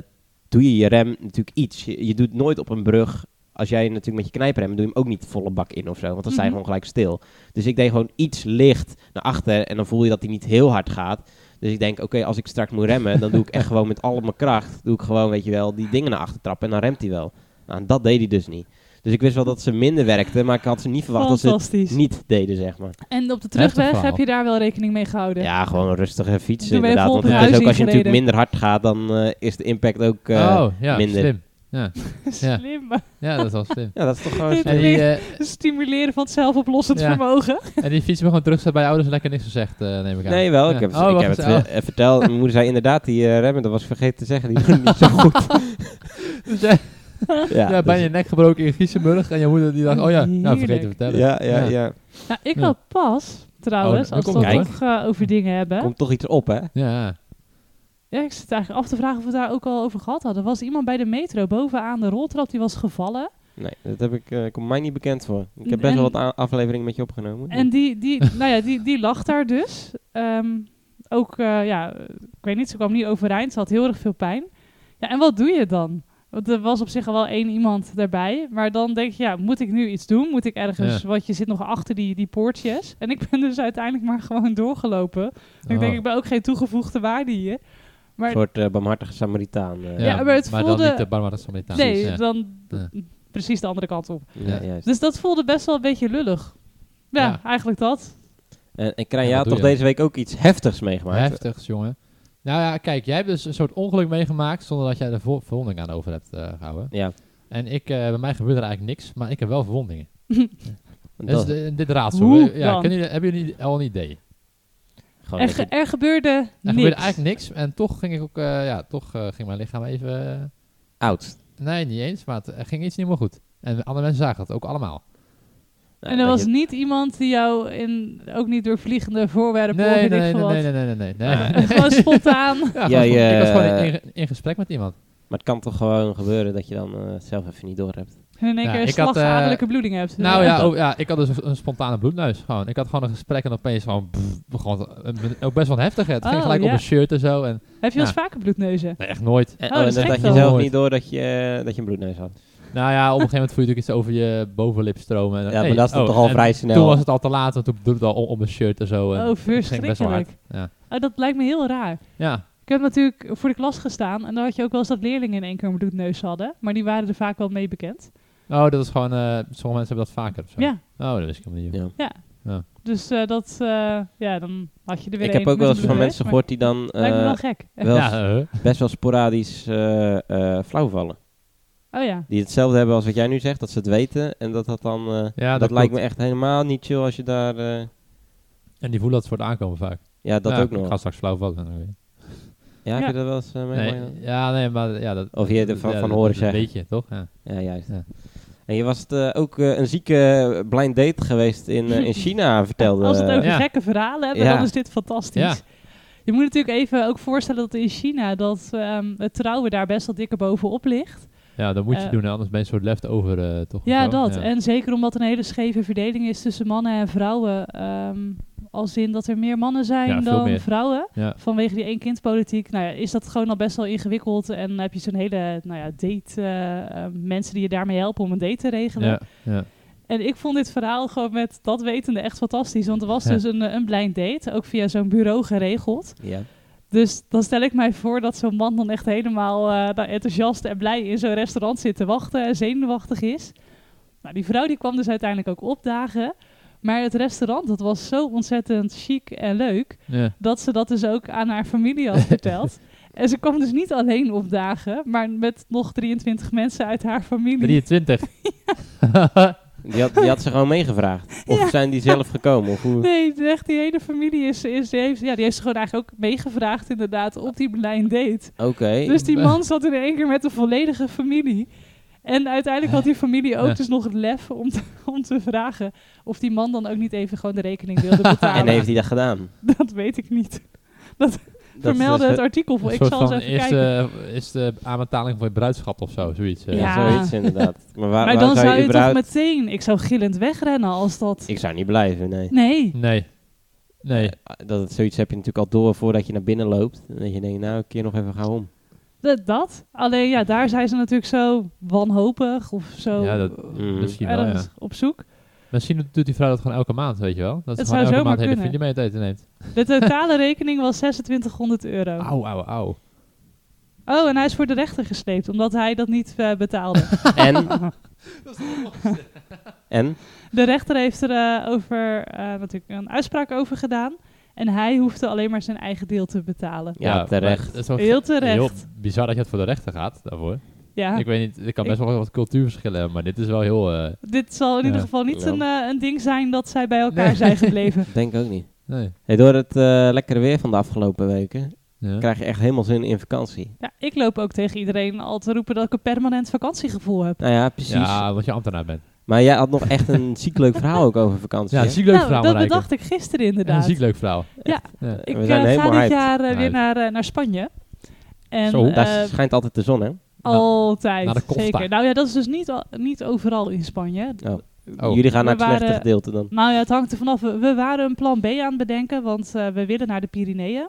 [SPEAKER 4] doe je je rem natuurlijk iets. Je, je doet nooit op een brug. Als jij natuurlijk met je knijprem doe je hem ook niet volle bak in of zo. Want dan sta je
[SPEAKER 5] Mhm.
[SPEAKER 4] gewoon gelijk stil. Dus ik deed gewoon iets licht naar achter. En dan voel je dat hij niet heel hard gaat. Dus ik denk, oké, als ik straks moet remmen, dan doe ik echt gewoon met al mijn kracht. Doe ik gewoon, weet je wel, die dingen naar achter trappen. En dan remt hij wel. Nou, en dat deed hij dus niet. Dus ik wist wel dat ze minder werkte, maar ik had ze niet verwacht dat ze het
[SPEAKER 5] fantastisch.
[SPEAKER 4] niet deden, zeg maar.
[SPEAKER 5] En op de
[SPEAKER 3] Heftig
[SPEAKER 5] terugweg
[SPEAKER 3] verhaal.
[SPEAKER 5] heb je daar wel rekening mee gehouden.
[SPEAKER 4] Ja, gewoon rustige fietsen
[SPEAKER 5] Doe maar even
[SPEAKER 4] inderdaad.
[SPEAKER 5] op
[SPEAKER 4] Want
[SPEAKER 5] een
[SPEAKER 4] het is
[SPEAKER 5] huis
[SPEAKER 4] ook als je natuurlijk
[SPEAKER 5] ingereden.
[SPEAKER 4] minder hard gaat, dan eh, is de impact ook... eh,
[SPEAKER 3] oh, ja,
[SPEAKER 4] minder.
[SPEAKER 3] slim. Ja,
[SPEAKER 5] Slim. maar
[SPEAKER 3] ja dat is wel slim.
[SPEAKER 4] Ja, dat is toch gewoon...
[SPEAKER 5] Dit-
[SPEAKER 3] En die, eh,
[SPEAKER 5] Stimuleren van het zelfoplossend
[SPEAKER 3] Ja.
[SPEAKER 5] vermogen.
[SPEAKER 3] en die fiets me gewoon terug staat bij je ouders en lekker niks gezegd, eh, neem ik aan.
[SPEAKER 4] Nee, wel.
[SPEAKER 3] Ja.
[SPEAKER 4] Ik heb,
[SPEAKER 3] Oh,
[SPEAKER 4] ik
[SPEAKER 3] wacht
[SPEAKER 4] heb het
[SPEAKER 3] eens,
[SPEAKER 4] wel- eh, verteld. Mijn moeder zei inderdaad, die eh, remmen, dat was ik vergeten te zeggen. Die doen niet zo goed.
[SPEAKER 3] Dus jij-
[SPEAKER 4] Ja, dus-
[SPEAKER 3] ja, bijna je nek gebroken in Giesenburg. En je moeder die dacht, oh ja, nou vergeet te
[SPEAKER 5] Heerlijk.
[SPEAKER 4] dus-
[SPEAKER 3] vertellen.
[SPEAKER 4] ja, ja, ja.
[SPEAKER 5] Nou, ik
[SPEAKER 3] Ja. Oh,
[SPEAKER 5] had pas, trouwens,
[SPEAKER 3] dan
[SPEAKER 5] als we
[SPEAKER 3] komt
[SPEAKER 5] het
[SPEAKER 4] het.
[SPEAKER 5] toch eh, over dingen hebben.
[SPEAKER 4] Komt toch iets op, hè?
[SPEAKER 3] Ja.
[SPEAKER 5] Ja, ik zit eigenlijk af te vragen of we het daar ook al over gehad hadden. Er was iemand bij de metro bovenaan de roltrap die was gevallen.
[SPEAKER 4] Nee, dat heb ik, eh komt mij niet bekend voor. Ik heb
[SPEAKER 5] En-
[SPEAKER 4] best wel wat a- afleveringen met je opgenomen.
[SPEAKER 5] En die, die, nou ja, die, die lag daar dus. Ehm, ook, eh, ja, eh, ik weet niet, ze kwam niet overeind. Ze had heel erg veel pijn. Ja, en wat doe je dan? Want er was op zich al wel één iemand daarbij. Maar dan denk je, ja, moet ik nu iets doen? Moet ik ergens,
[SPEAKER 3] Ja.
[SPEAKER 5] want je zit nog achter die, die poortjes. En ik ben dus uiteindelijk maar gewoon doorgelopen.
[SPEAKER 3] Oh.
[SPEAKER 5] Ik denk, ik ben ook geen toegevoegde waarde hier.
[SPEAKER 4] Een soort eh, barmhartige Samaritaan. eh.
[SPEAKER 5] Ja, maar het
[SPEAKER 3] Maar dan
[SPEAKER 5] voelde-
[SPEAKER 3] niet de Barbara Samaritaan.
[SPEAKER 5] nee,
[SPEAKER 3] ja.
[SPEAKER 5] dan
[SPEAKER 3] Ja.
[SPEAKER 5] precies de andere kant op.
[SPEAKER 4] Ja,
[SPEAKER 3] Ja.
[SPEAKER 4] juist.
[SPEAKER 5] Dus dat voelde best wel een beetje lullig. Ja,
[SPEAKER 3] Ja.
[SPEAKER 5] eigenlijk dat.
[SPEAKER 4] En, en
[SPEAKER 3] Ja,
[SPEAKER 4] Krijn, jij
[SPEAKER 3] wat
[SPEAKER 4] had
[SPEAKER 3] doe
[SPEAKER 4] toch
[SPEAKER 3] je?
[SPEAKER 4] deze week ook iets heftigs meegemaakt?
[SPEAKER 3] Heftig, jongen. Nou ja, kijk, jij hebt dus een soort ongeluk meegemaakt zonder dat jij er ver- verwonding aan over hebt eh, gehouden.
[SPEAKER 4] Ja.
[SPEAKER 3] En ik, eh, bij mij gebeurt er eigenlijk niks, maar ik heb wel verwondingen.
[SPEAKER 4] En
[SPEAKER 3] Dus
[SPEAKER 4] dat-
[SPEAKER 3] de- dit raadsel.
[SPEAKER 5] Hoe
[SPEAKER 3] eh, ja,
[SPEAKER 5] dan?
[SPEAKER 3] kunnen jullie, hebben jullie al een idee?
[SPEAKER 4] gewoon
[SPEAKER 5] Er,
[SPEAKER 4] dat
[SPEAKER 5] ge-
[SPEAKER 4] je-
[SPEAKER 5] er gebeurde
[SPEAKER 3] Oh, Er
[SPEAKER 5] niks.
[SPEAKER 3] gebeurde eigenlijk niks en toch ging ik ook, eh, ja, toch eh, ging mijn lichaam even... eh,
[SPEAKER 4] oud.
[SPEAKER 3] nee, niet eens, maar het er ging iets niet meer goed. En andere mensen zagen het ook allemaal.
[SPEAKER 4] Nou,
[SPEAKER 5] en er
[SPEAKER 4] dat
[SPEAKER 5] was
[SPEAKER 4] je-
[SPEAKER 5] niet iemand die jou in, ook niet door vliegende voorwerpen of
[SPEAKER 3] Nee,
[SPEAKER 5] weet
[SPEAKER 3] nee, nee,
[SPEAKER 5] ik veel
[SPEAKER 3] nee,
[SPEAKER 5] wat.
[SPEAKER 3] nee, nee, nee, nee.
[SPEAKER 5] Gewoon spontaan.
[SPEAKER 3] Ah. Ja,
[SPEAKER 4] Jij,
[SPEAKER 3] gewoon- ik was
[SPEAKER 4] eh,
[SPEAKER 3] gewoon in, in- in gesprek met iemand.
[SPEAKER 4] Maar het kan toch gewoon gebeuren dat je dan eh, het zelf even niet door hebt.
[SPEAKER 5] En in één
[SPEAKER 3] Ja,
[SPEAKER 5] keer een
[SPEAKER 3] ik had, eh,
[SPEAKER 5] slagadelijke bloeding hebt.
[SPEAKER 3] Nou ja,
[SPEAKER 4] dat-
[SPEAKER 3] oh, ja, ik had dus een, een spontane bloedneus. Gewoon. Ik had gewoon een gesprek en opeens gewoon, pff, gewoon een- een- ook best wel heftig. hè. Het ging
[SPEAKER 5] Oh,
[SPEAKER 3] gelijk
[SPEAKER 5] ja.
[SPEAKER 3] op een shirt en zo. En,
[SPEAKER 5] Heb je wel eens
[SPEAKER 3] Ja.
[SPEAKER 5] vaker bloedneuzen?
[SPEAKER 3] nee, echt nooit.
[SPEAKER 4] En,
[SPEAKER 5] Oh, dat
[SPEAKER 4] en
[SPEAKER 5] is
[SPEAKER 4] dat
[SPEAKER 5] gek
[SPEAKER 4] had je
[SPEAKER 5] wel.
[SPEAKER 4] zelf
[SPEAKER 3] Nooit.
[SPEAKER 4] niet door dat je, eh, dat je een bloedneus had.
[SPEAKER 3] Nou ja, op een gegeven moment voel je natuurlijk iets over je bovenlip stromen. En,
[SPEAKER 4] Ja,
[SPEAKER 3] dan,
[SPEAKER 4] maar
[SPEAKER 3] hey,
[SPEAKER 4] dat is dan
[SPEAKER 3] oh,
[SPEAKER 4] toch al
[SPEAKER 3] en
[SPEAKER 4] vrij snel.
[SPEAKER 3] Toen was het al te laat, want toen doet het al om, om een shirt en zo. En
[SPEAKER 5] Oh,
[SPEAKER 3] het ging best wel hard.
[SPEAKER 5] verschrikkelijk.
[SPEAKER 3] Ja.
[SPEAKER 5] Oh, dat lijkt me heel raar.
[SPEAKER 3] ja,
[SPEAKER 5] Ik heb natuurlijk voor de klas gestaan en dan had je ook wel eens dat leerlingen in één keer een bloedneus hadden. Maar die waren er vaak wel mee bekend.
[SPEAKER 3] oh, dat is gewoon, eh, sommige mensen hebben dat vaker. of zo.
[SPEAKER 5] Ja,
[SPEAKER 3] Oh, dat wist ik helemaal niet.
[SPEAKER 4] Ja.
[SPEAKER 5] dus eh, dat, eh, ja, dan had je er weer
[SPEAKER 4] Ik heb
[SPEAKER 5] één
[SPEAKER 4] ook
[SPEAKER 5] met
[SPEAKER 4] wel
[SPEAKER 5] een
[SPEAKER 4] eens van
[SPEAKER 5] bloedneus,
[SPEAKER 4] mensen
[SPEAKER 5] maar
[SPEAKER 4] gehoord die dan
[SPEAKER 5] Lijkt me
[SPEAKER 4] eh,
[SPEAKER 5] wel gek.
[SPEAKER 4] wel eens
[SPEAKER 3] Ja, eh,
[SPEAKER 4] best wel sporadisch eh, eh, flauw vallen.
[SPEAKER 5] Oh ja.
[SPEAKER 4] Die hetzelfde hebben als wat jij nu zegt, dat ze het weten. En dat dat dan... eh,
[SPEAKER 3] Ja,
[SPEAKER 4] dat
[SPEAKER 3] dat
[SPEAKER 4] lijkt me
[SPEAKER 3] klopt.
[SPEAKER 4] echt helemaal niet chill als je daar... eh,
[SPEAKER 3] en die voelen dat voor het aankomen vaak.
[SPEAKER 4] ja, dat
[SPEAKER 3] Ja,
[SPEAKER 4] ook nog.
[SPEAKER 3] Ik ga straks flauw vallen. dan weer.
[SPEAKER 4] Ja, heb
[SPEAKER 5] Ja.
[SPEAKER 4] je dat wel eens eh, meegemaakt?
[SPEAKER 3] Nee, ja, nee, maar ja, dat,
[SPEAKER 4] Of je ervan
[SPEAKER 3] ja,
[SPEAKER 4] van
[SPEAKER 3] dat-
[SPEAKER 4] horen
[SPEAKER 3] dat
[SPEAKER 4] zeggen.
[SPEAKER 3] Weet je, toch? Ja.
[SPEAKER 4] Ja, juist.
[SPEAKER 3] Ja.
[SPEAKER 4] En je was het, eh, ook eh, een zieke blind date geweest in, eh, in China, vertelde...
[SPEAKER 5] Als we het over
[SPEAKER 3] Ja.
[SPEAKER 5] gekke verhalen hebben,
[SPEAKER 4] Ja.
[SPEAKER 5] dan is dit fantastisch.
[SPEAKER 3] Ja.
[SPEAKER 5] Je moet natuurlijk even ook voorstellen dat in China dat ehm, het trouwen daar best wel dikker bovenop ligt.
[SPEAKER 3] Ja, dat moet je
[SPEAKER 5] Eh,
[SPEAKER 3] doen, hè, anders ben je een soort leftover, eh, toch? of
[SPEAKER 5] Ja,
[SPEAKER 3] zo?
[SPEAKER 5] dat.
[SPEAKER 3] Ja.
[SPEAKER 5] En zeker omdat er een hele scheve verdeling is tussen mannen en vrouwen. ehm, als in dat er meer mannen zijn
[SPEAKER 3] Ja, veel
[SPEAKER 5] dan
[SPEAKER 3] meer.
[SPEAKER 5] vrouwen.
[SPEAKER 3] Ja.
[SPEAKER 5] Vanwege die één-kind-politiek nou ja, is dat gewoon al best wel ingewikkeld. En dan heb je zo'n hele nou ja, date, eh, eh, mensen die je daarmee helpen om een date te regelen.
[SPEAKER 3] Ja, ja.
[SPEAKER 5] En ik vond dit verhaal gewoon met dat wetende echt fantastisch. Want er was
[SPEAKER 3] Ja.
[SPEAKER 5] dus een, eh, een blind date, ook via zo'n bureau geregeld.
[SPEAKER 4] Ja.
[SPEAKER 5] Dus dan stel ik mij voor dat zo'n man dan echt helemaal eh, nou, enthousiast en blij in zo'n restaurant zit te wachten en zenuwachtig is. Nou, die vrouw die kwam dus uiteindelijk ook opdagen. Maar het restaurant, dat was zo ontzettend chic en leuk,
[SPEAKER 3] ja.
[SPEAKER 5] dat ze dat dus ook aan haar familie had verteld. En ze kwam dus niet alleen opdagen, maar met nog 23 mensen uit haar familie.
[SPEAKER 3] 23.
[SPEAKER 4] Die had, die had ze gewoon meegevraagd. Of
[SPEAKER 5] Ja.
[SPEAKER 4] zijn die zelf gekomen? Of hoe?
[SPEAKER 5] Nee, echt, die hele familie is, is die heeft, ja, die heeft ze gewoon eigenlijk ook meegevraagd inderdaad op die blind date.
[SPEAKER 4] Oké.
[SPEAKER 5] Dus die man zat in één keer met de volledige familie. En uiteindelijk had die familie ook
[SPEAKER 3] Ja.
[SPEAKER 5] dus nog het lef om te, om te vragen of die man dan ook niet even gewoon de rekening wilde betalen.
[SPEAKER 4] En heeft hij dat gedaan?
[SPEAKER 5] Dat weet ik niet.
[SPEAKER 4] Dat
[SPEAKER 5] Vermeldde
[SPEAKER 4] is,
[SPEAKER 5] het
[SPEAKER 4] eh,
[SPEAKER 5] artikel voor.
[SPEAKER 3] Een
[SPEAKER 5] Ik
[SPEAKER 3] soort
[SPEAKER 5] zal eens
[SPEAKER 3] van
[SPEAKER 5] even
[SPEAKER 3] eerste,
[SPEAKER 5] kijken.
[SPEAKER 3] eerste aanbetaling van je bruidschap of zo, zoiets. eh.
[SPEAKER 5] Ja.
[SPEAKER 4] Zoiets inderdaad. Maar, waar,
[SPEAKER 5] maar
[SPEAKER 4] waarom
[SPEAKER 5] dan zou je, toch
[SPEAKER 4] überhaupt-
[SPEAKER 5] meteen... Ik zou gillend wegrennen als dat...
[SPEAKER 4] Ik zou niet blijven, nee.
[SPEAKER 5] Nee.
[SPEAKER 3] Nee. Nee.
[SPEAKER 4] Dat het zoiets heb je natuurlijk al door voordat je naar binnen loopt. En dat je denkt, nou, een keer nog even gaan om.
[SPEAKER 5] Dat, dat. Alleen ja, daar zijn ze natuurlijk zo wanhopig of zo
[SPEAKER 3] Ja, dat-
[SPEAKER 4] Mm.
[SPEAKER 3] Misschien wel,
[SPEAKER 5] ergens
[SPEAKER 3] ja.
[SPEAKER 5] op zoek.
[SPEAKER 3] Misschien doet die vrouw dat gewoon elke maand, weet je wel? Dat ze
[SPEAKER 5] Het
[SPEAKER 3] gewoon
[SPEAKER 5] zou
[SPEAKER 3] elke
[SPEAKER 5] zomaar
[SPEAKER 3] maand hele
[SPEAKER 5] kunnen.
[SPEAKER 3] vrienden mee uit eten neemt.
[SPEAKER 5] De totale rekening was 2600 euro.
[SPEAKER 3] Auw, auw, auw.
[SPEAKER 5] Oh, en hij is voor de rechter gesleept, omdat hij dat niet eh, betaalde.
[SPEAKER 4] En? en?
[SPEAKER 5] De rechter heeft er eh, over, eh, natuurlijk een uitspraak over gedaan. En hij hoefde alleen maar zijn eigen deel te betalen.
[SPEAKER 4] Ja,
[SPEAKER 3] maar
[SPEAKER 4] terecht.
[SPEAKER 3] het is wel
[SPEAKER 5] Heel terecht.
[SPEAKER 3] Heel bizar dat je het voor de rechter gaat, daarvoor.
[SPEAKER 5] Ja,
[SPEAKER 3] Ik weet niet, er kan best wel wat cultuurverschillen hebben, maar dit is wel heel... eh,
[SPEAKER 5] dit zal in
[SPEAKER 3] Ja.
[SPEAKER 5] ieder geval niet
[SPEAKER 4] Ja.
[SPEAKER 5] een, eh, een ding zijn dat zij bij elkaar
[SPEAKER 3] Nee.
[SPEAKER 5] zijn gebleven.
[SPEAKER 4] Denk ook niet.
[SPEAKER 3] nee.
[SPEAKER 4] Hey, door het eh, lekkere weer van de afgelopen weken
[SPEAKER 3] Ja.
[SPEAKER 4] krijg je echt helemaal zin in vakantie.
[SPEAKER 5] Ja, ik loop ook tegen iedereen al te roepen dat ik een permanent vakantiegevoel heb.
[SPEAKER 4] Nou ja, precies.
[SPEAKER 3] Ja, omdat je ambtenaar bent.
[SPEAKER 4] Maar jij had nog echt een ziek leuk verhaal ook over vakantie.
[SPEAKER 3] Ja,
[SPEAKER 4] hè?
[SPEAKER 3] een ziek leuk
[SPEAKER 5] nou,
[SPEAKER 3] verhaal,
[SPEAKER 5] dat
[SPEAKER 3] Marijke.
[SPEAKER 5] bedacht ik gisteren
[SPEAKER 3] Ja, Een
[SPEAKER 5] inderdaad.
[SPEAKER 3] ziek leuk verhaal.
[SPEAKER 5] Ja.
[SPEAKER 3] Ja.
[SPEAKER 5] Ik
[SPEAKER 4] We
[SPEAKER 5] eh,
[SPEAKER 4] zijn helemaal
[SPEAKER 5] ga dit
[SPEAKER 4] hyped.
[SPEAKER 5] jaar eh,
[SPEAKER 3] Nice.
[SPEAKER 5] weer naar, eh, naar Spanje. En,
[SPEAKER 3] Zo.
[SPEAKER 5] eh,
[SPEAKER 4] Daar schijnt altijd de zon, hè?
[SPEAKER 5] altijd.
[SPEAKER 3] naar de Costa.
[SPEAKER 5] zeker. Nou ja, dat is dus niet, al- niet overal in Spanje.
[SPEAKER 3] Oh.
[SPEAKER 4] Jullie gaan naar het
[SPEAKER 5] We
[SPEAKER 4] slechte
[SPEAKER 5] waren-
[SPEAKER 4] gedeelte dan.
[SPEAKER 5] Nou ja, het hangt er vanaf. We, we waren een plan B aan het bedenken, want eh, we willen naar de Pyreneeën.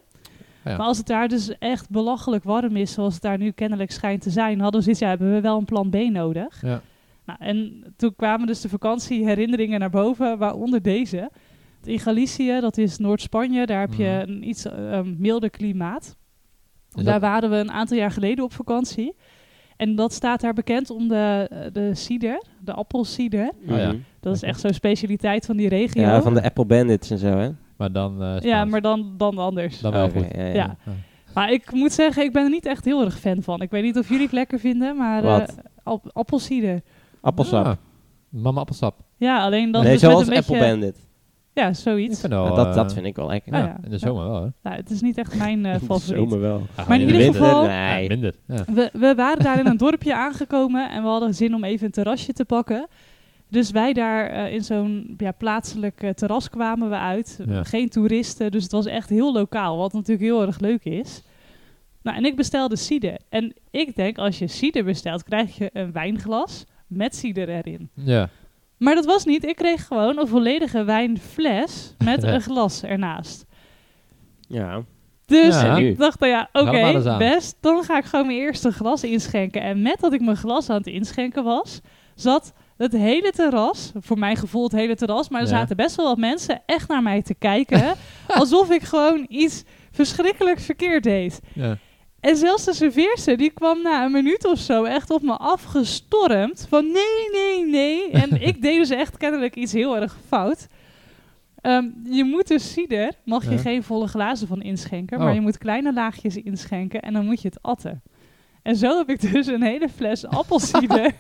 [SPEAKER 3] ja.
[SPEAKER 5] Maar als het daar dus echt belachelijk warm is, zoals het daar nu kennelijk schijnt te zijn, hadden we zoiets, ja, hebben we wel een plan B nodig.
[SPEAKER 3] Ja.
[SPEAKER 5] Nou, en toen kwamen dus de vakantieherinneringen naar boven, waaronder deze. In Galicië, dat is Noord-Spanje, daar heb je
[SPEAKER 3] Mhm.
[SPEAKER 5] een iets eh, um, milder klimaat.
[SPEAKER 3] Is
[SPEAKER 5] daar
[SPEAKER 3] dat-
[SPEAKER 5] waren we een aantal jaar geleden op vakantie. En dat staat daar bekend om de, eh, de cider, de appelcider.
[SPEAKER 3] Oh ja.
[SPEAKER 4] Mhm.
[SPEAKER 5] Dat is
[SPEAKER 3] Oké.
[SPEAKER 5] echt zo'n specialiteit van die regio.
[SPEAKER 4] Ja, van de Apple Bandits en zo, hè?
[SPEAKER 3] Maar dan... eh,
[SPEAKER 5] Ja,
[SPEAKER 3] Spaans.
[SPEAKER 5] maar dan, dan anders.
[SPEAKER 3] Dan wel
[SPEAKER 4] Oké,
[SPEAKER 3] goed.
[SPEAKER 4] Ja, ja.
[SPEAKER 5] Ja. Maar ik moet zeggen, ik ben er niet echt heel erg fan van. Ik weet niet of jullie het lekker vinden, maar...
[SPEAKER 4] Wat?
[SPEAKER 5] eh, ap- appelsieder.
[SPEAKER 4] Appelsap.
[SPEAKER 3] Ja. Mama appelsap.
[SPEAKER 5] Ja, alleen dan
[SPEAKER 4] nee,
[SPEAKER 5] dus met
[SPEAKER 4] zoals
[SPEAKER 5] een beetje...
[SPEAKER 4] Apple Bandit.
[SPEAKER 5] Ja,
[SPEAKER 3] Ik
[SPEAKER 5] zoiets.
[SPEAKER 3] vind wel,
[SPEAKER 4] dat,
[SPEAKER 3] eh,
[SPEAKER 4] dat vind ik wel lekker.
[SPEAKER 5] Oh
[SPEAKER 3] ja,
[SPEAKER 5] ja.
[SPEAKER 3] in de zomer wel, hè?
[SPEAKER 5] Nou, het is niet echt mijn eh, favoriet.
[SPEAKER 4] Zomer wel.
[SPEAKER 3] Ja,
[SPEAKER 5] Maar in
[SPEAKER 3] de
[SPEAKER 5] ieder
[SPEAKER 3] winter-
[SPEAKER 5] geval-
[SPEAKER 4] Nee.
[SPEAKER 3] Ja, minder. Ja.
[SPEAKER 5] We, we waren daar in een dorpje aangekomen en we hadden zin om even een terrasje te pakken. Dus wij daar eh, in zo'n ja, plaatselijk eh, terras kwamen we uit.
[SPEAKER 3] Ja.
[SPEAKER 5] Geen toeristen, dus het was echt heel lokaal, wat natuurlijk heel erg leuk is. Nou, en ik bestelde cider. En ik denk, als je cider bestelt, krijg je een wijnglas met cider erin.
[SPEAKER 3] Ja.
[SPEAKER 5] Maar dat was niet. Ik kreeg gewoon een volledige wijnfles met
[SPEAKER 3] Ja.
[SPEAKER 5] een glas ernaast.
[SPEAKER 4] Ja.
[SPEAKER 5] Dus
[SPEAKER 3] Ja.
[SPEAKER 5] ik dacht, nou ja, oké,
[SPEAKER 3] Hou maar eens aan.
[SPEAKER 5] best. Dan ga ik gewoon mijn eerste glas inschenken. En met dat ik mijn glas aan het inschenken was, zat het hele terras, voor mijn gevoel het hele terras, maar er
[SPEAKER 3] Ja.
[SPEAKER 5] zaten best wel wat mensen echt naar mij te kijken. alsof ik gewoon iets verschrikkelijks verkeerd deed.
[SPEAKER 3] ja.
[SPEAKER 5] En zelfs de serveerster, die kwam na een minuut of zo echt op me afgestormd. Van nee, nee, nee. En ik deed dus echt kennelijk iets heel erg fout. Ehm, je moet dus cider, mag je
[SPEAKER 3] Ja.
[SPEAKER 5] geen volle glazen van inschenken.
[SPEAKER 3] Oh.
[SPEAKER 5] Maar je moet kleine laagjes inschenken en dan moet je het atten. En zo heb ik dus een hele fles appelcider.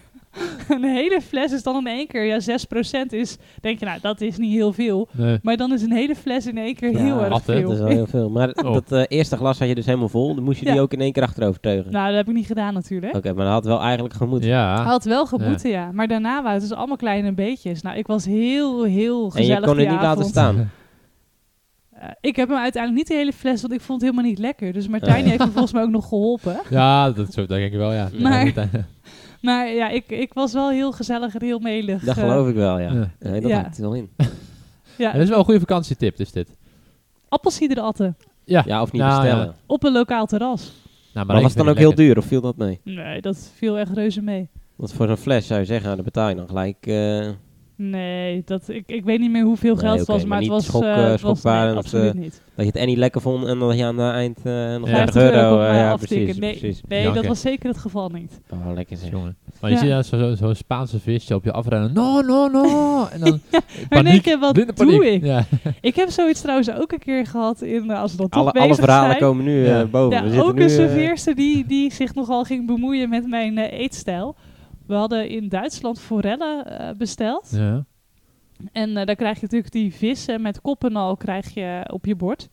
[SPEAKER 5] een hele fles is dan in één keer, ja 6% is, denk je nou dat is niet heel veel.
[SPEAKER 3] Nee.
[SPEAKER 5] Maar dan is een hele fles in één keer
[SPEAKER 4] Ja,
[SPEAKER 5] heel erg
[SPEAKER 3] atten,
[SPEAKER 5] veel.
[SPEAKER 4] Dat is wel heel veel. Maar
[SPEAKER 3] Oh.
[SPEAKER 4] dat eh, eerste glas had je dus helemaal vol. Dan moest je die
[SPEAKER 5] Ja.
[SPEAKER 4] ook in één keer achterover teugen.
[SPEAKER 5] Nou, dat heb ik niet gedaan natuurlijk.
[SPEAKER 4] Oké, maar dat had wel eigenlijk gemoeten.
[SPEAKER 5] Hij
[SPEAKER 3] Ja.
[SPEAKER 5] had wel geboeten, ja. Maar daarna waren het dus allemaal kleine beetjes. Nou, ik was heel, heel
[SPEAKER 4] en
[SPEAKER 5] gezellig
[SPEAKER 4] je kon het
[SPEAKER 5] die
[SPEAKER 4] niet laten
[SPEAKER 5] avond.
[SPEAKER 4] staan.
[SPEAKER 5] Eh, ik heb hem uiteindelijk niet de hele fles, want ik vond het helemaal niet lekker. Dus Martijn
[SPEAKER 4] Oh, ja.
[SPEAKER 5] heeft me volgens mij ook nog geholpen.
[SPEAKER 3] Ja, dat zo denk ik wel, ja.
[SPEAKER 5] Maar-
[SPEAKER 3] Ja,
[SPEAKER 5] Maar ja, ik, ik was wel heel gezellig en heel melig.
[SPEAKER 4] Dat
[SPEAKER 5] eh.
[SPEAKER 4] geloof ik wel, ja.
[SPEAKER 3] Ja.
[SPEAKER 4] Nee, dat
[SPEAKER 5] Ja.
[SPEAKER 4] hangt er wel in.
[SPEAKER 3] Het is wel een goede vakantietip, is dit.
[SPEAKER 5] Appelsieder atten.
[SPEAKER 3] Ja.
[SPEAKER 4] Ja, of niet
[SPEAKER 3] Nou,
[SPEAKER 4] bestellen.
[SPEAKER 3] ja.
[SPEAKER 5] Op een lokaal terras.
[SPEAKER 3] Nou,
[SPEAKER 4] Maar was het dan ook heel duur of viel dat mee?
[SPEAKER 5] Nee, dat viel echt reuze mee.
[SPEAKER 4] Want voor zo'n fles zou je zeggen, nou, dan betaal je dan gelijk... eh,
[SPEAKER 5] Nee, dat, ik, ik weet niet meer hoeveel
[SPEAKER 4] Nee,
[SPEAKER 5] geld het
[SPEAKER 4] oké,
[SPEAKER 5] was,
[SPEAKER 4] maar
[SPEAKER 5] maar het
[SPEAKER 4] niet
[SPEAKER 5] was...
[SPEAKER 4] schok,
[SPEAKER 5] eh,
[SPEAKER 4] eh,
[SPEAKER 5] het was nee,
[SPEAKER 4] schokbarend,
[SPEAKER 5] absoluut
[SPEAKER 4] eh,
[SPEAKER 5] niet.
[SPEAKER 4] dat je het en niet lekker vond en dat je aan het eind eh, nog
[SPEAKER 5] 50
[SPEAKER 4] 50
[SPEAKER 5] euro,
[SPEAKER 4] euro...
[SPEAKER 5] kon
[SPEAKER 4] eh,
[SPEAKER 5] mij
[SPEAKER 4] ja,
[SPEAKER 5] aftikken.
[SPEAKER 4] precies,
[SPEAKER 5] nee,
[SPEAKER 4] precies.
[SPEAKER 5] nee
[SPEAKER 3] Ja,
[SPEAKER 5] dat
[SPEAKER 3] oké.
[SPEAKER 5] was zeker het geval niet.
[SPEAKER 4] Oh, lekker zeg.
[SPEAKER 3] Jongen. Maar je
[SPEAKER 5] Ja.
[SPEAKER 3] ziet dan zo- zo- zo'n Spaanse visje op je afrennen. No, no, no. En dan
[SPEAKER 5] Maar
[SPEAKER 3] paniek.
[SPEAKER 5] denk je, wat
[SPEAKER 3] Blinde
[SPEAKER 5] doe
[SPEAKER 3] paniek.
[SPEAKER 5] ik?
[SPEAKER 3] Ja.
[SPEAKER 5] Ik heb zoiets trouwens ook een keer gehad in, eh, als we dan
[SPEAKER 4] Alle,
[SPEAKER 5] toch
[SPEAKER 4] alle
[SPEAKER 5] bezig
[SPEAKER 4] verhalen
[SPEAKER 5] zijn.
[SPEAKER 4] komen nu eh,
[SPEAKER 3] Ja.
[SPEAKER 4] boven. We
[SPEAKER 5] Ja,
[SPEAKER 4] zitten
[SPEAKER 5] ook
[SPEAKER 4] nu,
[SPEAKER 5] een
[SPEAKER 4] eh,
[SPEAKER 5] serveerster die, die zich nogal ging bemoeien met mijn eh, eetstijl. We hadden in Duitsland forellen eh, besteld.
[SPEAKER 3] Ja.
[SPEAKER 5] En eh, daar krijg je natuurlijk die vissen met koppen al krijg je op je bord.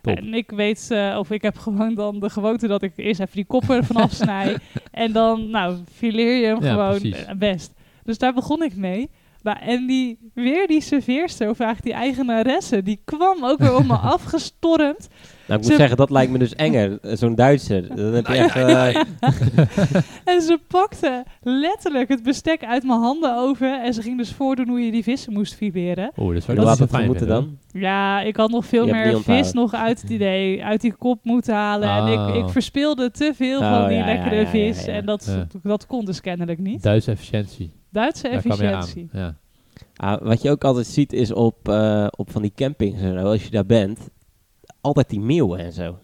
[SPEAKER 3] Top.
[SPEAKER 5] En ik weet, eh, of ik heb gewoon dan de gewoonte dat ik eerst even die koppen ervan afsnij. En dan, nou, fileer je hem
[SPEAKER 3] Ja,
[SPEAKER 5] gewoon
[SPEAKER 3] precies.
[SPEAKER 5] eh, best. Dus daar begon ik mee. Maar, en die, weer die serveerster, of eigenlijk die eigenaresse, die kwam ook weer op me afgestormd.
[SPEAKER 4] Nou, ik
[SPEAKER 5] Ze-
[SPEAKER 4] moet zeggen, dat lijkt me dus enger. eh, Zo'n Duitser. Dan heb je echt... eh,
[SPEAKER 5] En ze pakte letterlijk het bestek uit mijn handen over. En ze ging dus voordoen hoe je die vissen moest fileren.
[SPEAKER 3] Oeh, dat is wel dat
[SPEAKER 4] Hoe laat
[SPEAKER 3] is wel
[SPEAKER 4] dat
[SPEAKER 3] fijn
[SPEAKER 4] moeten
[SPEAKER 3] vinden,
[SPEAKER 4] dan?
[SPEAKER 5] Ja, ik had nog veel
[SPEAKER 4] Je hebt
[SPEAKER 5] meer
[SPEAKER 4] niet onthouden.
[SPEAKER 5] vis nog uit, het idee, uit die kop moeten halen. En ik,
[SPEAKER 3] Oh.
[SPEAKER 5] ik verspeelde te veel
[SPEAKER 4] Oh,
[SPEAKER 5] van die
[SPEAKER 4] ja, ja,
[SPEAKER 5] lekkere
[SPEAKER 4] ja, ja,
[SPEAKER 5] vis.
[SPEAKER 4] ja.
[SPEAKER 5] En dat,
[SPEAKER 3] Ja.
[SPEAKER 5] dat kon dus kennelijk
[SPEAKER 3] hoor.
[SPEAKER 5] niet.
[SPEAKER 3] Duitse efficiëntie.
[SPEAKER 5] Duitse
[SPEAKER 3] Daar kwam je aan.
[SPEAKER 5] efficiëntie.
[SPEAKER 3] Ja.
[SPEAKER 4] Ah, wat je ook altijd ziet is op, eh, op van die campings en zo, als je daar bent, altijd die meeuwen en zo.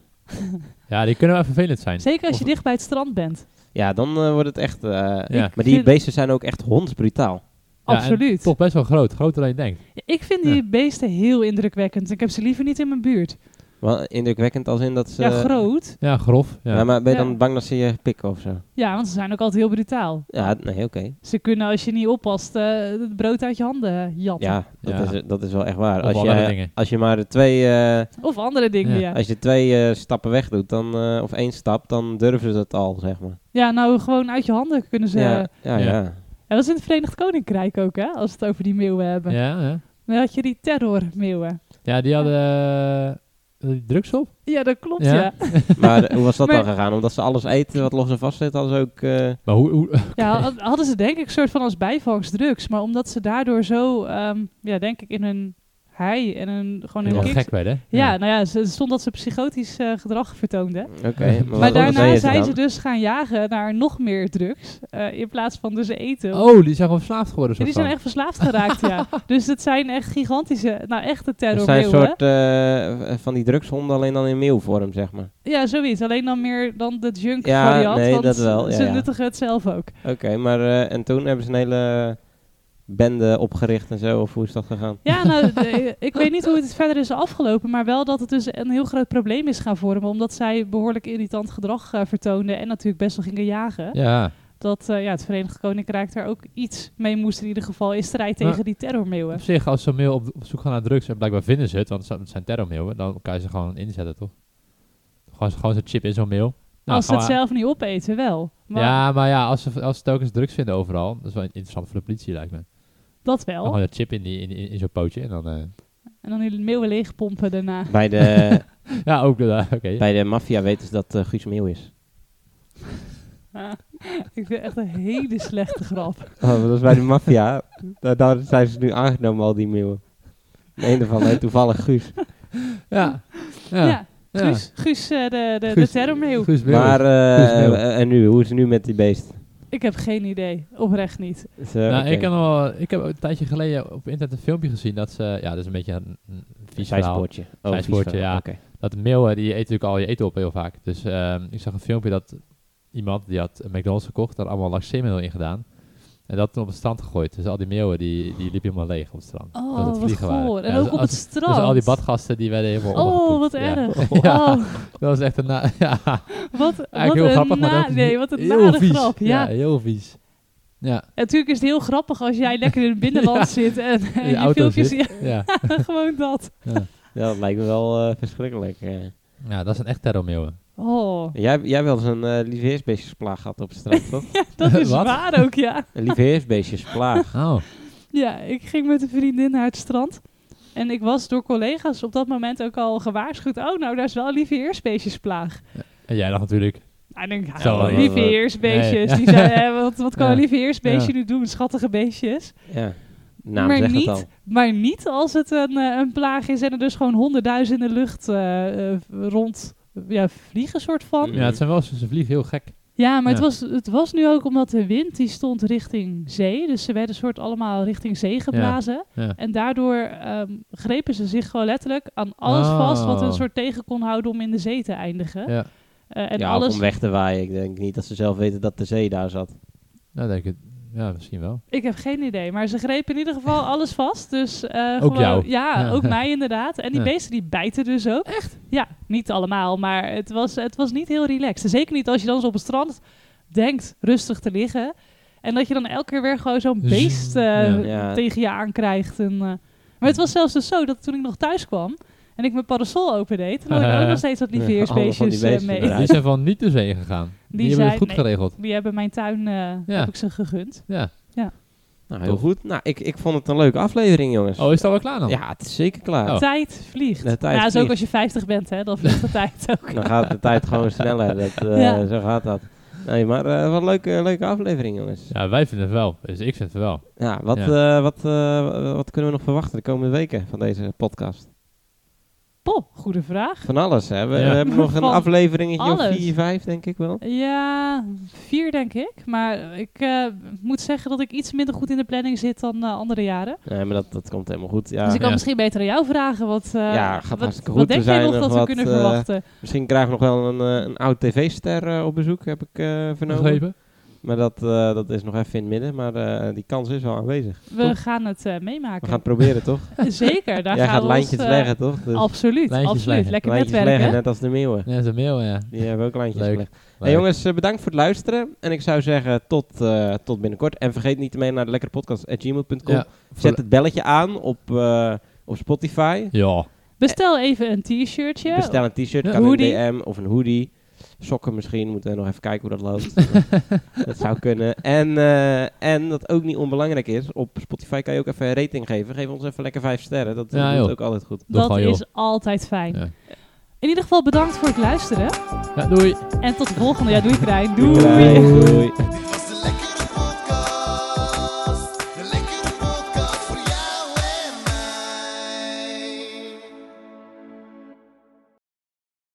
[SPEAKER 3] ja, die kunnen wel vervelend zijn.
[SPEAKER 5] Zeker als
[SPEAKER 3] Of-
[SPEAKER 5] je dicht bij het strand bent.
[SPEAKER 4] Ja, dan eh, wordt het echt... eh,
[SPEAKER 3] Ja.
[SPEAKER 4] Maar die
[SPEAKER 5] Vind-
[SPEAKER 4] beesten zijn ook echt hondsbrutaal.
[SPEAKER 3] Ja, en
[SPEAKER 5] Absoluut.
[SPEAKER 3] Toch best wel groot. Groter dan je denkt.
[SPEAKER 5] Ik vind die beesten heel indrukwekkend. Ik heb ze liever niet in mijn buurt.
[SPEAKER 4] Wel indrukwekkend als in dat ze...
[SPEAKER 5] Ja, groot.
[SPEAKER 3] Ja, grof. Ja.
[SPEAKER 4] Ja, maar ben je
[SPEAKER 5] Ja.
[SPEAKER 4] dan bang dat ze je pikken of zo?
[SPEAKER 5] Ja, want ze zijn ook altijd heel brutaal.
[SPEAKER 4] Ja, nee, oké.
[SPEAKER 5] Ze kunnen, als je niet oppast, eh, het brood uit je handen jatten.
[SPEAKER 4] Ja, dat,
[SPEAKER 3] Ja.
[SPEAKER 4] Is, dat is wel echt waar.
[SPEAKER 3] Of
[SPEAKER 4] Als
[SPEAKER 3] andere
[SPEAKER 4] je,
[SPEAKER 3] dingen.
[SPEAKER 4] als je maar de twee, eh,
[SPEAKER 5] Of andere dingen,
[SPEAKER 3] Ja.
[SPEAKER 5] ja.
[SPEAKER 4] als je twee eh, stappen weg doet, dan, eh, of één stap, dan durven ze dat al, zeg maar.
[SPEAKER 5] Ja, nou, gewoon uit je handen kunnen ze...
[SPEAKER 4] ja,
[SPEAKER 3] Ja.
[SPEAKER 4] ja, ja.
[SPEAKER 5] En dat is in het Verenigd Koninkrijk ook, hè? Als we het over die meeuwen hebben.
[SPEAKER 3] ja, ja.
[SPEAKER 5] Dan had je die terrormeeuwen.
[SPEAKER 3] Ja, die hadden eh, die drugs op.
[SPEAKER 5] Ja, dat klopt,
[SPEAKER 3] Ja.
[SPEAKER 5] ja. Ja,
[SPEAKER 4] Maar eh, hoe was dat
[SPEAKER 5] Maar-
[SPEAKER 4] dan gegaan? Omdat ze alles eten wat los en vast zit, hadden ze ook... eh,
[SPEAKER 3] Maar hoe, hoe,
[SPEAKER 5] had- hadden ze denk ik soort van als bijvangst drugs. Maar omdat ze daardoor zo, ehm, ja, denk ik in hun hei en hun, gewoon hun
[SPEAKER 3] helemaal
[SPEAKER 5] kiks...
[SPEAKER 3] gek werden. hè?
[SPEAKER 5] Ja, nou ja, ze, stond dat ze psychotisch eh, gedrag vertoonden.
[SPEAKER 4] Oké,
[SPEAKER 3] Maar
[SPEAKER 4] maar,
[SPEAKER 5] maar
[SPEAKER 4] wat- wat deden
[SPEAKER 5] daarna zijn
[SPEAKER 4] dan?
[SPEAKER 5] ze dus gaan jagen naar nog meer drugs. eh, in plaats van dus eten.
[SPEAKER 3] Oh, die zijn gewoon verslaafd geworden.
[SPEAKER 5] Ja, die
[SPEAKER 3] soort
[SPEAKER 5] zijn echt verslaafd geraakt, ja. Dus het zijn echt gigantische, nou echt de
[SPEAKER 4] Het zijn een
[SPEAKER 5] terrormeeuwen.
[SPEAKER 4] soort eh, van die drugshonden, alleen dan in meeuwvorm, zeg maar.
[SPEAKER 5] Ja, zoiets. Alleen dan meer dan de junk
[SPEAKER 4] Ja,
[SPEAKER 5] variant.
[SPEAKER 4] nee,
[SPEAKER 5] want
[SPEAKER 4] dat wel, ja,
[SPEAKER 5] ze
[SPEAKER 4] ja.
[SPEAKER 5] nuttigen het zelf ook.
[SPEAKER 4] Oké, maar eh, en toen hebben ze een hele bende opgericht en zo, of hoe is dat gegaan?
[SPEAKER 5] Ja, nou, de- ik weet niet hoe het verder is afgelopen, maar wel dat het dus een heel groot probleem is gaan vormen, omdat zij behoorlijk irritant gedrag eh, vertoonden en natuurlijk best wel gingen jagen.
[SPEAKER 3] Ja,
[SPEAKER 5] Dat eh, ja, het Verenigd Koninkrijk daar ook iets mee moest in ieder geval in strijd tegen
[SPEAKER 3] Maar-
[SPEAKER 5] die terrormeeuwen.
[SPEAKER 3] op zich, als zo'n mail op, op zoek gaan naar drugs en blijkbaar vinden ze het, want het zijn terrormail, dan kan je ze gewoon inzetten, toch? Gewoon, gewoon zo'n chip in zo'n mail. Nou,
[SPEAKER 5] Als ze het
[SPEAKER 3] gewoon-
[SPEAKER 5] zelf niet opeten, wel. Maar
[SPEAKER 3] Ja, maar ja, als ze, als ze telkens drugs vinden overal, dat is wel interessant voor de politie, lijkt me. Dan
[SPEAKER 5] dat wel.
[SPEAKER 3] Gewoon een chip in, die, in, in, in zo'n pootje en dan... eh,
[SPEAKER 5] En dan die meeuwen leegpompen daarna.
[SPEAKER 4] Bij de,
[SPEAKER 3] ja, ook, eh, oké.
[SPEAKER 4] bij de maffia weten ze dat eh, Guus Meeuw is.
[SPEAKER 5] Ah, ik vind het echt een hele slechte grap.
[SPEAKER 4] Oh, dat is bij de maffia. daar, daar zijn ze nu aangenomen, al die meeuwen. De een ervan heet toevallig Guus.
[SPEAKER 3] Ja. Ja.
[SPEAKER 5] Ja,
[SPEAKER 3] ja.
[SPEAKER 5] Guus, Guus eh, de, de,
[SPEAKER 3] Guus-
[SPEAKER 5] de terrormeeuw.
[SPEAKER 3] Guus Meeuwis.
[SPEAKER 4] Maar, eh,
[SPEAKER 3] Guus Meeuw.
[SPEAKER 4] eh, en nu? Hoe is het nu met die beest?
[SPEAKER 5] Ik heb geen idee. Oprecht niet.
[SPEAKER 4] Is, eh,
[SPEAKER 3] nou,
[SPEAKER 4] oké.
[SPEAKER 3] ik, heb al, ik heb een tijdje geleden op internet een filmpje gezien dat ze... Ja, dat is een beetje een, een vies verhaal.
[SPEAKER 4] Zijspoortje. Oh, vies
[SPEAKER 3] Zijspoortje,
[SPEAKER 4] verhaal.
[SPEAKER 3] ja.
[SPEAKER 4] Oké.
[SPEAKER 3] Dat de meeuwen, die eten natuurlijk al je eten op heel vaak. Dus ehm, ik zag een filmpje dat iemand, die had een McDonald's gekocht, daar allemaal laxemiddel in gedaan. En dat toen op het strand gegooid. Dus al die meeuwen, die, die liepen helemaal leeg op het strand.
[SPEAKER 5] Oh,
[SPEAKER 3] Dat het
[SPEAKER 5] wat
[SPEAKER 3] vliegen waren.
[SPEAKER 5] goor. En
[SPEAKER 3] Ja,
[SPEAKER 5] ook
[SPEAKER 3] dus
[SPEAKER 5] op
[SPEAKER 3] als-
[SPEAKER 5] het strand.
[SPEAKER 3] Dus al die badgasten, die werden helemaal
[SPEAKER 5] Oh,
[SPEAKER 3] opgepoept.
[SPEAKER 5] wat
[SPEAKER 3] Ja.
[SPEAKER 5] erg.
[SPEAKER 3] Ja.
[SPEAKER 5] Oh,
[SPEAKER 3] Dat was echt een... na- ja,
[SPEAKER 5] wat, wat
[SPEAKER 3] eigenlijk heel
[SPEAKER 5] een
[SPEAKER 3] grappig, maar
[SPEAKER 5] na-
[SPEAKER 3] ook
[SPEAKER 5] Nee, wat een
[SPEAKER 3] heel
[SPEAKER 5] nare
[SPEAKER 3] vies.
[SPEAKER 5] grap. Ja.
[SPEAKER 3] heel vies. Ja.
[SPEAKER 5] En Natuurlijk is het heel grappig als jij lekker in het binnenland
[SPEAKER 3] Ja.
[SPEAKER 5] zit en, en
[SPEAKER 3] in
[SPEAKER 5] je,
[SPEAKER 3] de auto
[SPEAKER 5] filmpjes...
[SPEAKER 3] zit. Ja.
[SPEAKER 5] Ja, gewoon dat.
[SPEAKER 4] Ja, dat lijkt me wel eh, verschrikkelijk. eh.
[SPEAKER 3] ja, dat is een echt terrormeeuwen.
[SPEAKER 5] Oh,
[SPEAKER 4] Jij, jij wel eens een eh lieveheersbeestjesplaag gehad op straat, toch?
[SPEAKER 5] dat is
[SPEAKER 3] Wat?
[SPEAKER 5] waar ook, ja.
[SPEAKER 4] Een lieveheersbeestjesplaag.
[SPEAKER 3] Oh,
[SPEAKER 5] Ja, ik ging met een vriendin naar het strand. En ik was door collega's op dat moment ook al gewaarschuwd. Oh, nou, daar is wel een lieve heersbeestjesplaag.
[SPEAKER 3] en jij dan natuurlijk.
[SPEAKER 5] Nou, ik denk,
[SPEAKER 3] Zo,
[SPEAKER 5] ja,
[SPEAKER 3] eh,
[SPEAKER 5] lieve
[SPEAKER 4] eh,
[SPEAKER 5] heersbeestjes.
[SPEAKER 3] nee.
[SPEAKER 5] Die zijn, eh, wat, wat kan
[SPEAKER 3] Ja.
[SPEAKER 5] een lieve heersbeestje
[SPEAKER 3] Ja.
[SPEAKER 5] nu doen? Schattige beestjes.
[SPEAKER 4] ja.
[SPEAKER 3] Nou,
[SPEAKER 4] Naam
[SPEAKER 5] maar,
[SPEAKER 4] zegt
[SPEAKER 5] niet,
[SPEAKER 4] het al.
[SPEAKER 5] maar niet als het een, eh, een plaag is en er dus gewoon honderdduizend in de lucht eh, eh, rond ja, vliegen soort van.
[SPEAKER 4] Mm.
[SPEAKER 3] Ja, het zijn wel ze vliegen heel gek.
[SPEAKER 5] Ja, maar Het,
[SPEAKER 3] Ja.
[SPEAKER 5] was, het was nu ook omdat de wind die stond richting zee. Dus ze werden soort allemaal richting zee geblazen.
[SPEAKER 3] Ja, ja.
[SPEAKER 5] En daardoor ehm, grepen ze zich gewoon letterlijk aan alles
[SPEAKER 3] Oh.
[SPEAKER 5] vast wat een soort tegen kon houden om in de zee te eindigen.
[SPEAKER 3] Ja,
[SPEAKER 5] Eh, en
[SPEAKER 4] ja, of
[SPEAKER 5] alles.
[SPEAKER 4] om weg te waaien. Ik denk niet dat ze zelf weten dat de zee daar zat.
[SPEAKER 3] nou denk ik. het- Ja, misschien wel.
[SPEAKER 5] Ik heb geen idee. Maar ze grepen in ieder geval alles vast. Dus, eh,
[SPEAKER 3] Ook
[SPEAKER 5] gewoon,
[SPEAKER 3] jou.
[SPEAKER 5] Ja,
[SPEAKER 3] Ja.
[SPEAKER 5] ook mij inderdaad. En die
[SPEAKER 3] Ja.
[SPEAKER 5] beesten die bijten dus ook. Echt? Ja, niet allemaal. Maar het was, het was niet heel relaxed. Zeker niet als je dan zo op het strand denkt rustig te liggen. En dat je dan elke keer weer gewoon zo'n
[SPEAKER 3] Zzz,
[SPEAKER 5] beest eh,
[SPEAKER 3] ja.
[SPEAKER 4] Ja.
[SPEAKER 5] tegen je aankrijgt. En, eh, maar het was zelfs dus zo dat toen ik nog thuis kwam en ik mijn parasol opendeed, toen had ik ook nog steeds dat lieve
[SPEAKER 4] Ja, allemaal van die
[SPEAKER 5] heersbeestjes eh,
[SPEAKER 4] beesten
[SPEAKER 5] mee.
[SPEAKER 4] eruit.
[SPEAKER 3] Die zijn van niet de zee gegaan. Die, hebben het
[SPEAKER 5] zijn-
[SPEAKER 3] goed
[SPEAKER 5] nee.
[SPEAKER 3] geregeld.
[SPEAKER 5] Die hebben mijn tuin, eh,
[SPEAKER 3] Ja.
[SPEAKER 5] heb ik ze gegund.
[SPEAKER 3] Ja.
[SPEAKER 4] Nou, heel
[SPEAKER 3] Tof.
[SPEAKER 4] goed. Nou, ik, ik vond het een leuke aflevering, jongens.
[SPEAKER 3] Oh, is dat wel klaar dan?
[SPEAKER 4] ja, het is zeker klaar.
[SPEAKER 3] Oh.
[SPEAKER 5] Tijd vliegt.
[SPEAKER 4] De tijd
[SPEAKER 5] ja, dat is ook
[SPEAKER 4] vliegt.
[SPEAKER 5] als je 50 bent, hè, dan vliegt de tijd ook.
[SPEAKER 4] Dan gaat de tijd gewoon sneller. Dat, eh,
[SPEAKER 5] Ja.
[SPEAKER 4] Zo gaat dat. Nee, maar eh, wat een leuke, leuke aflevering, jongens. Ja,
[SPEAKER 3] Ja, wij vinden het wel. Dus ik vind het wel.
[SPEAKER 4] wat,
[SPEAKER 3] Ja.
[SPEAKER 4] eh, wat, eh, wat kunnen we nog verwachten de komende weken van deze podcast?
[SPEAKER 5] Poh, goede vraag.
[SPEAKER 4] Van alles, hè? We,
[SPEAKER 3] Ja.
[SPEAKER 4] we hebben nog een
[SPEAKER 5] Van
[SPEAKER 4] afleveringetje of
[SPEAKER 5] alles.
[SPEAKER 4] 4, 5, denk ik wel.
[SPEAKER 5] Ja, vier denk ik. Maar ik eh, moet zeggen dat ik iets minder goed in de planning zit dan eh, andere jaren.
[SPEAKER 4] Nee, maar dat, dat komt helemaal goed. Ja.
[SPEAKER 5] dus ik kan
[SPEAKER 3] Ja.
[SPEAKER 5] misschien beter aan jou vragen. Wat, eh,
[SPEAKER 4] Ja, gaat
[SPEAKER 5] wat,
[SPEAKER 4] hartstikke
[SPEAKER 5] wat
[SPEAKER 4] goed.
[SPEAKER 5] denk
[SPEAKER 4] Er
[SPEAKER 5] jij
[SPEAKER 4] zijn
[SPEAKER 5] nog
[SPEAKER 4] nog
[SPEAKER 5] dat we
[SPEAKER 4] wat,
[SPEAKER 5] kunnen
[SPEAKER 4] eh,
[SPEAKER 5] verwachten?
[SPEAKER 3] Nou.
[SPEAKER 4] Misschien krijgen we nog wel een, eh, een oud tv-ster eh, op bezoek, heb ik eh, vernomen.
[SPEAKER 3] Begrepen?
[SPEAKER 4] Maar dat, eh, dat is nog even in het midden. Maar eh, die kans is wel aanwezig.
[SPEAKER 5] We gaan het eh,
[SPEAKER 4] We
[SPEAKER 5] meemaken.
[SPEAKER 4] gaan het proberen, toch?
[SPEAKER 5] Zeker, daar
[SPEAKER 4] Jij
[SPEAKER 5] gaan
[SPEAKER 4] gaat
[SPEAKER 5] we
[SPEAKER 4] lijntjes
[SPEAKER 5] ons, eh,
[SPEAKER 4] leggen, toch? Dus
[SPEAKER 5] Absoluut,
[SPEAKER 3] Lijntjes
[SPEAKER 5] absoluut.
[SPEAKER 3] leggen.
[SPEAKER 5] Lekker
[SPEAKER 4] lijntjes
[SPEAKER 5] netwerken.
[SPEAKER 4] leggen, net als de meeuwen.
[SPEAKER 3] Net een mail, ja.
[SPEAKER 4] Die hebben ook lijntjes
[SPEAKER 3] Leuk.
[SPEAKER 4] gelegd. Hey
[SPEAKER 3] Leuk.
[SPEAKER 4] jongens, eh, bedankt voor het luisteren. En ik zou zeggen tot, eh, tot binnenkort. En vergeet niet te mee naar de lekkere
[SPEAKER 3] Ja,
[SPEAKER 4] Zet het belletje aan op, eh, op Spotify.
[SPEAKER 3] Ja.
[SPEAKER 5] Bestel even een t-shirtje.
[SPEAKER 4] Bestel een t-shirt,
[SPEAKER 3] Ja.
[SPEAKER 4] kan in een
[SPEAKER 5] Hoodie.
[SPEAKER 4] DM of een hoodie. Sokken misschien, moeten we nog even kijken hoe dat loopt. dat zou kunnen. En, eh, en dat ook niet onbelangrijk is, op Spotify kan je ook even een rating geven. Geef ons even lekker vijf sterren, dat
[SPEAKER 3] Ja,
[SPEAKER 4] eh, doet
[SPEAKER 3] joh.
[SPEAKER 4] ook altijd goed.
[SPEAKER 3] Doe
[SPEAKER 5] Dat
[SPEAKER 3] gewoon, joh.
[SPEAKER 5] is altijd fijn.
[SPEAKER 3] Ja.
[SPEAKER 5] In ieder geval bedankt voor het luisteren.
[SPEAKER 3] ja doei.
[SPEAKER 5] En tot de volgende. Ja, doei Krijn.
[SPEAKER 4] Doei.
[SPEAKER 5] doei.
[SPEAKER 4] Doei.
[SPEAKER 2] Die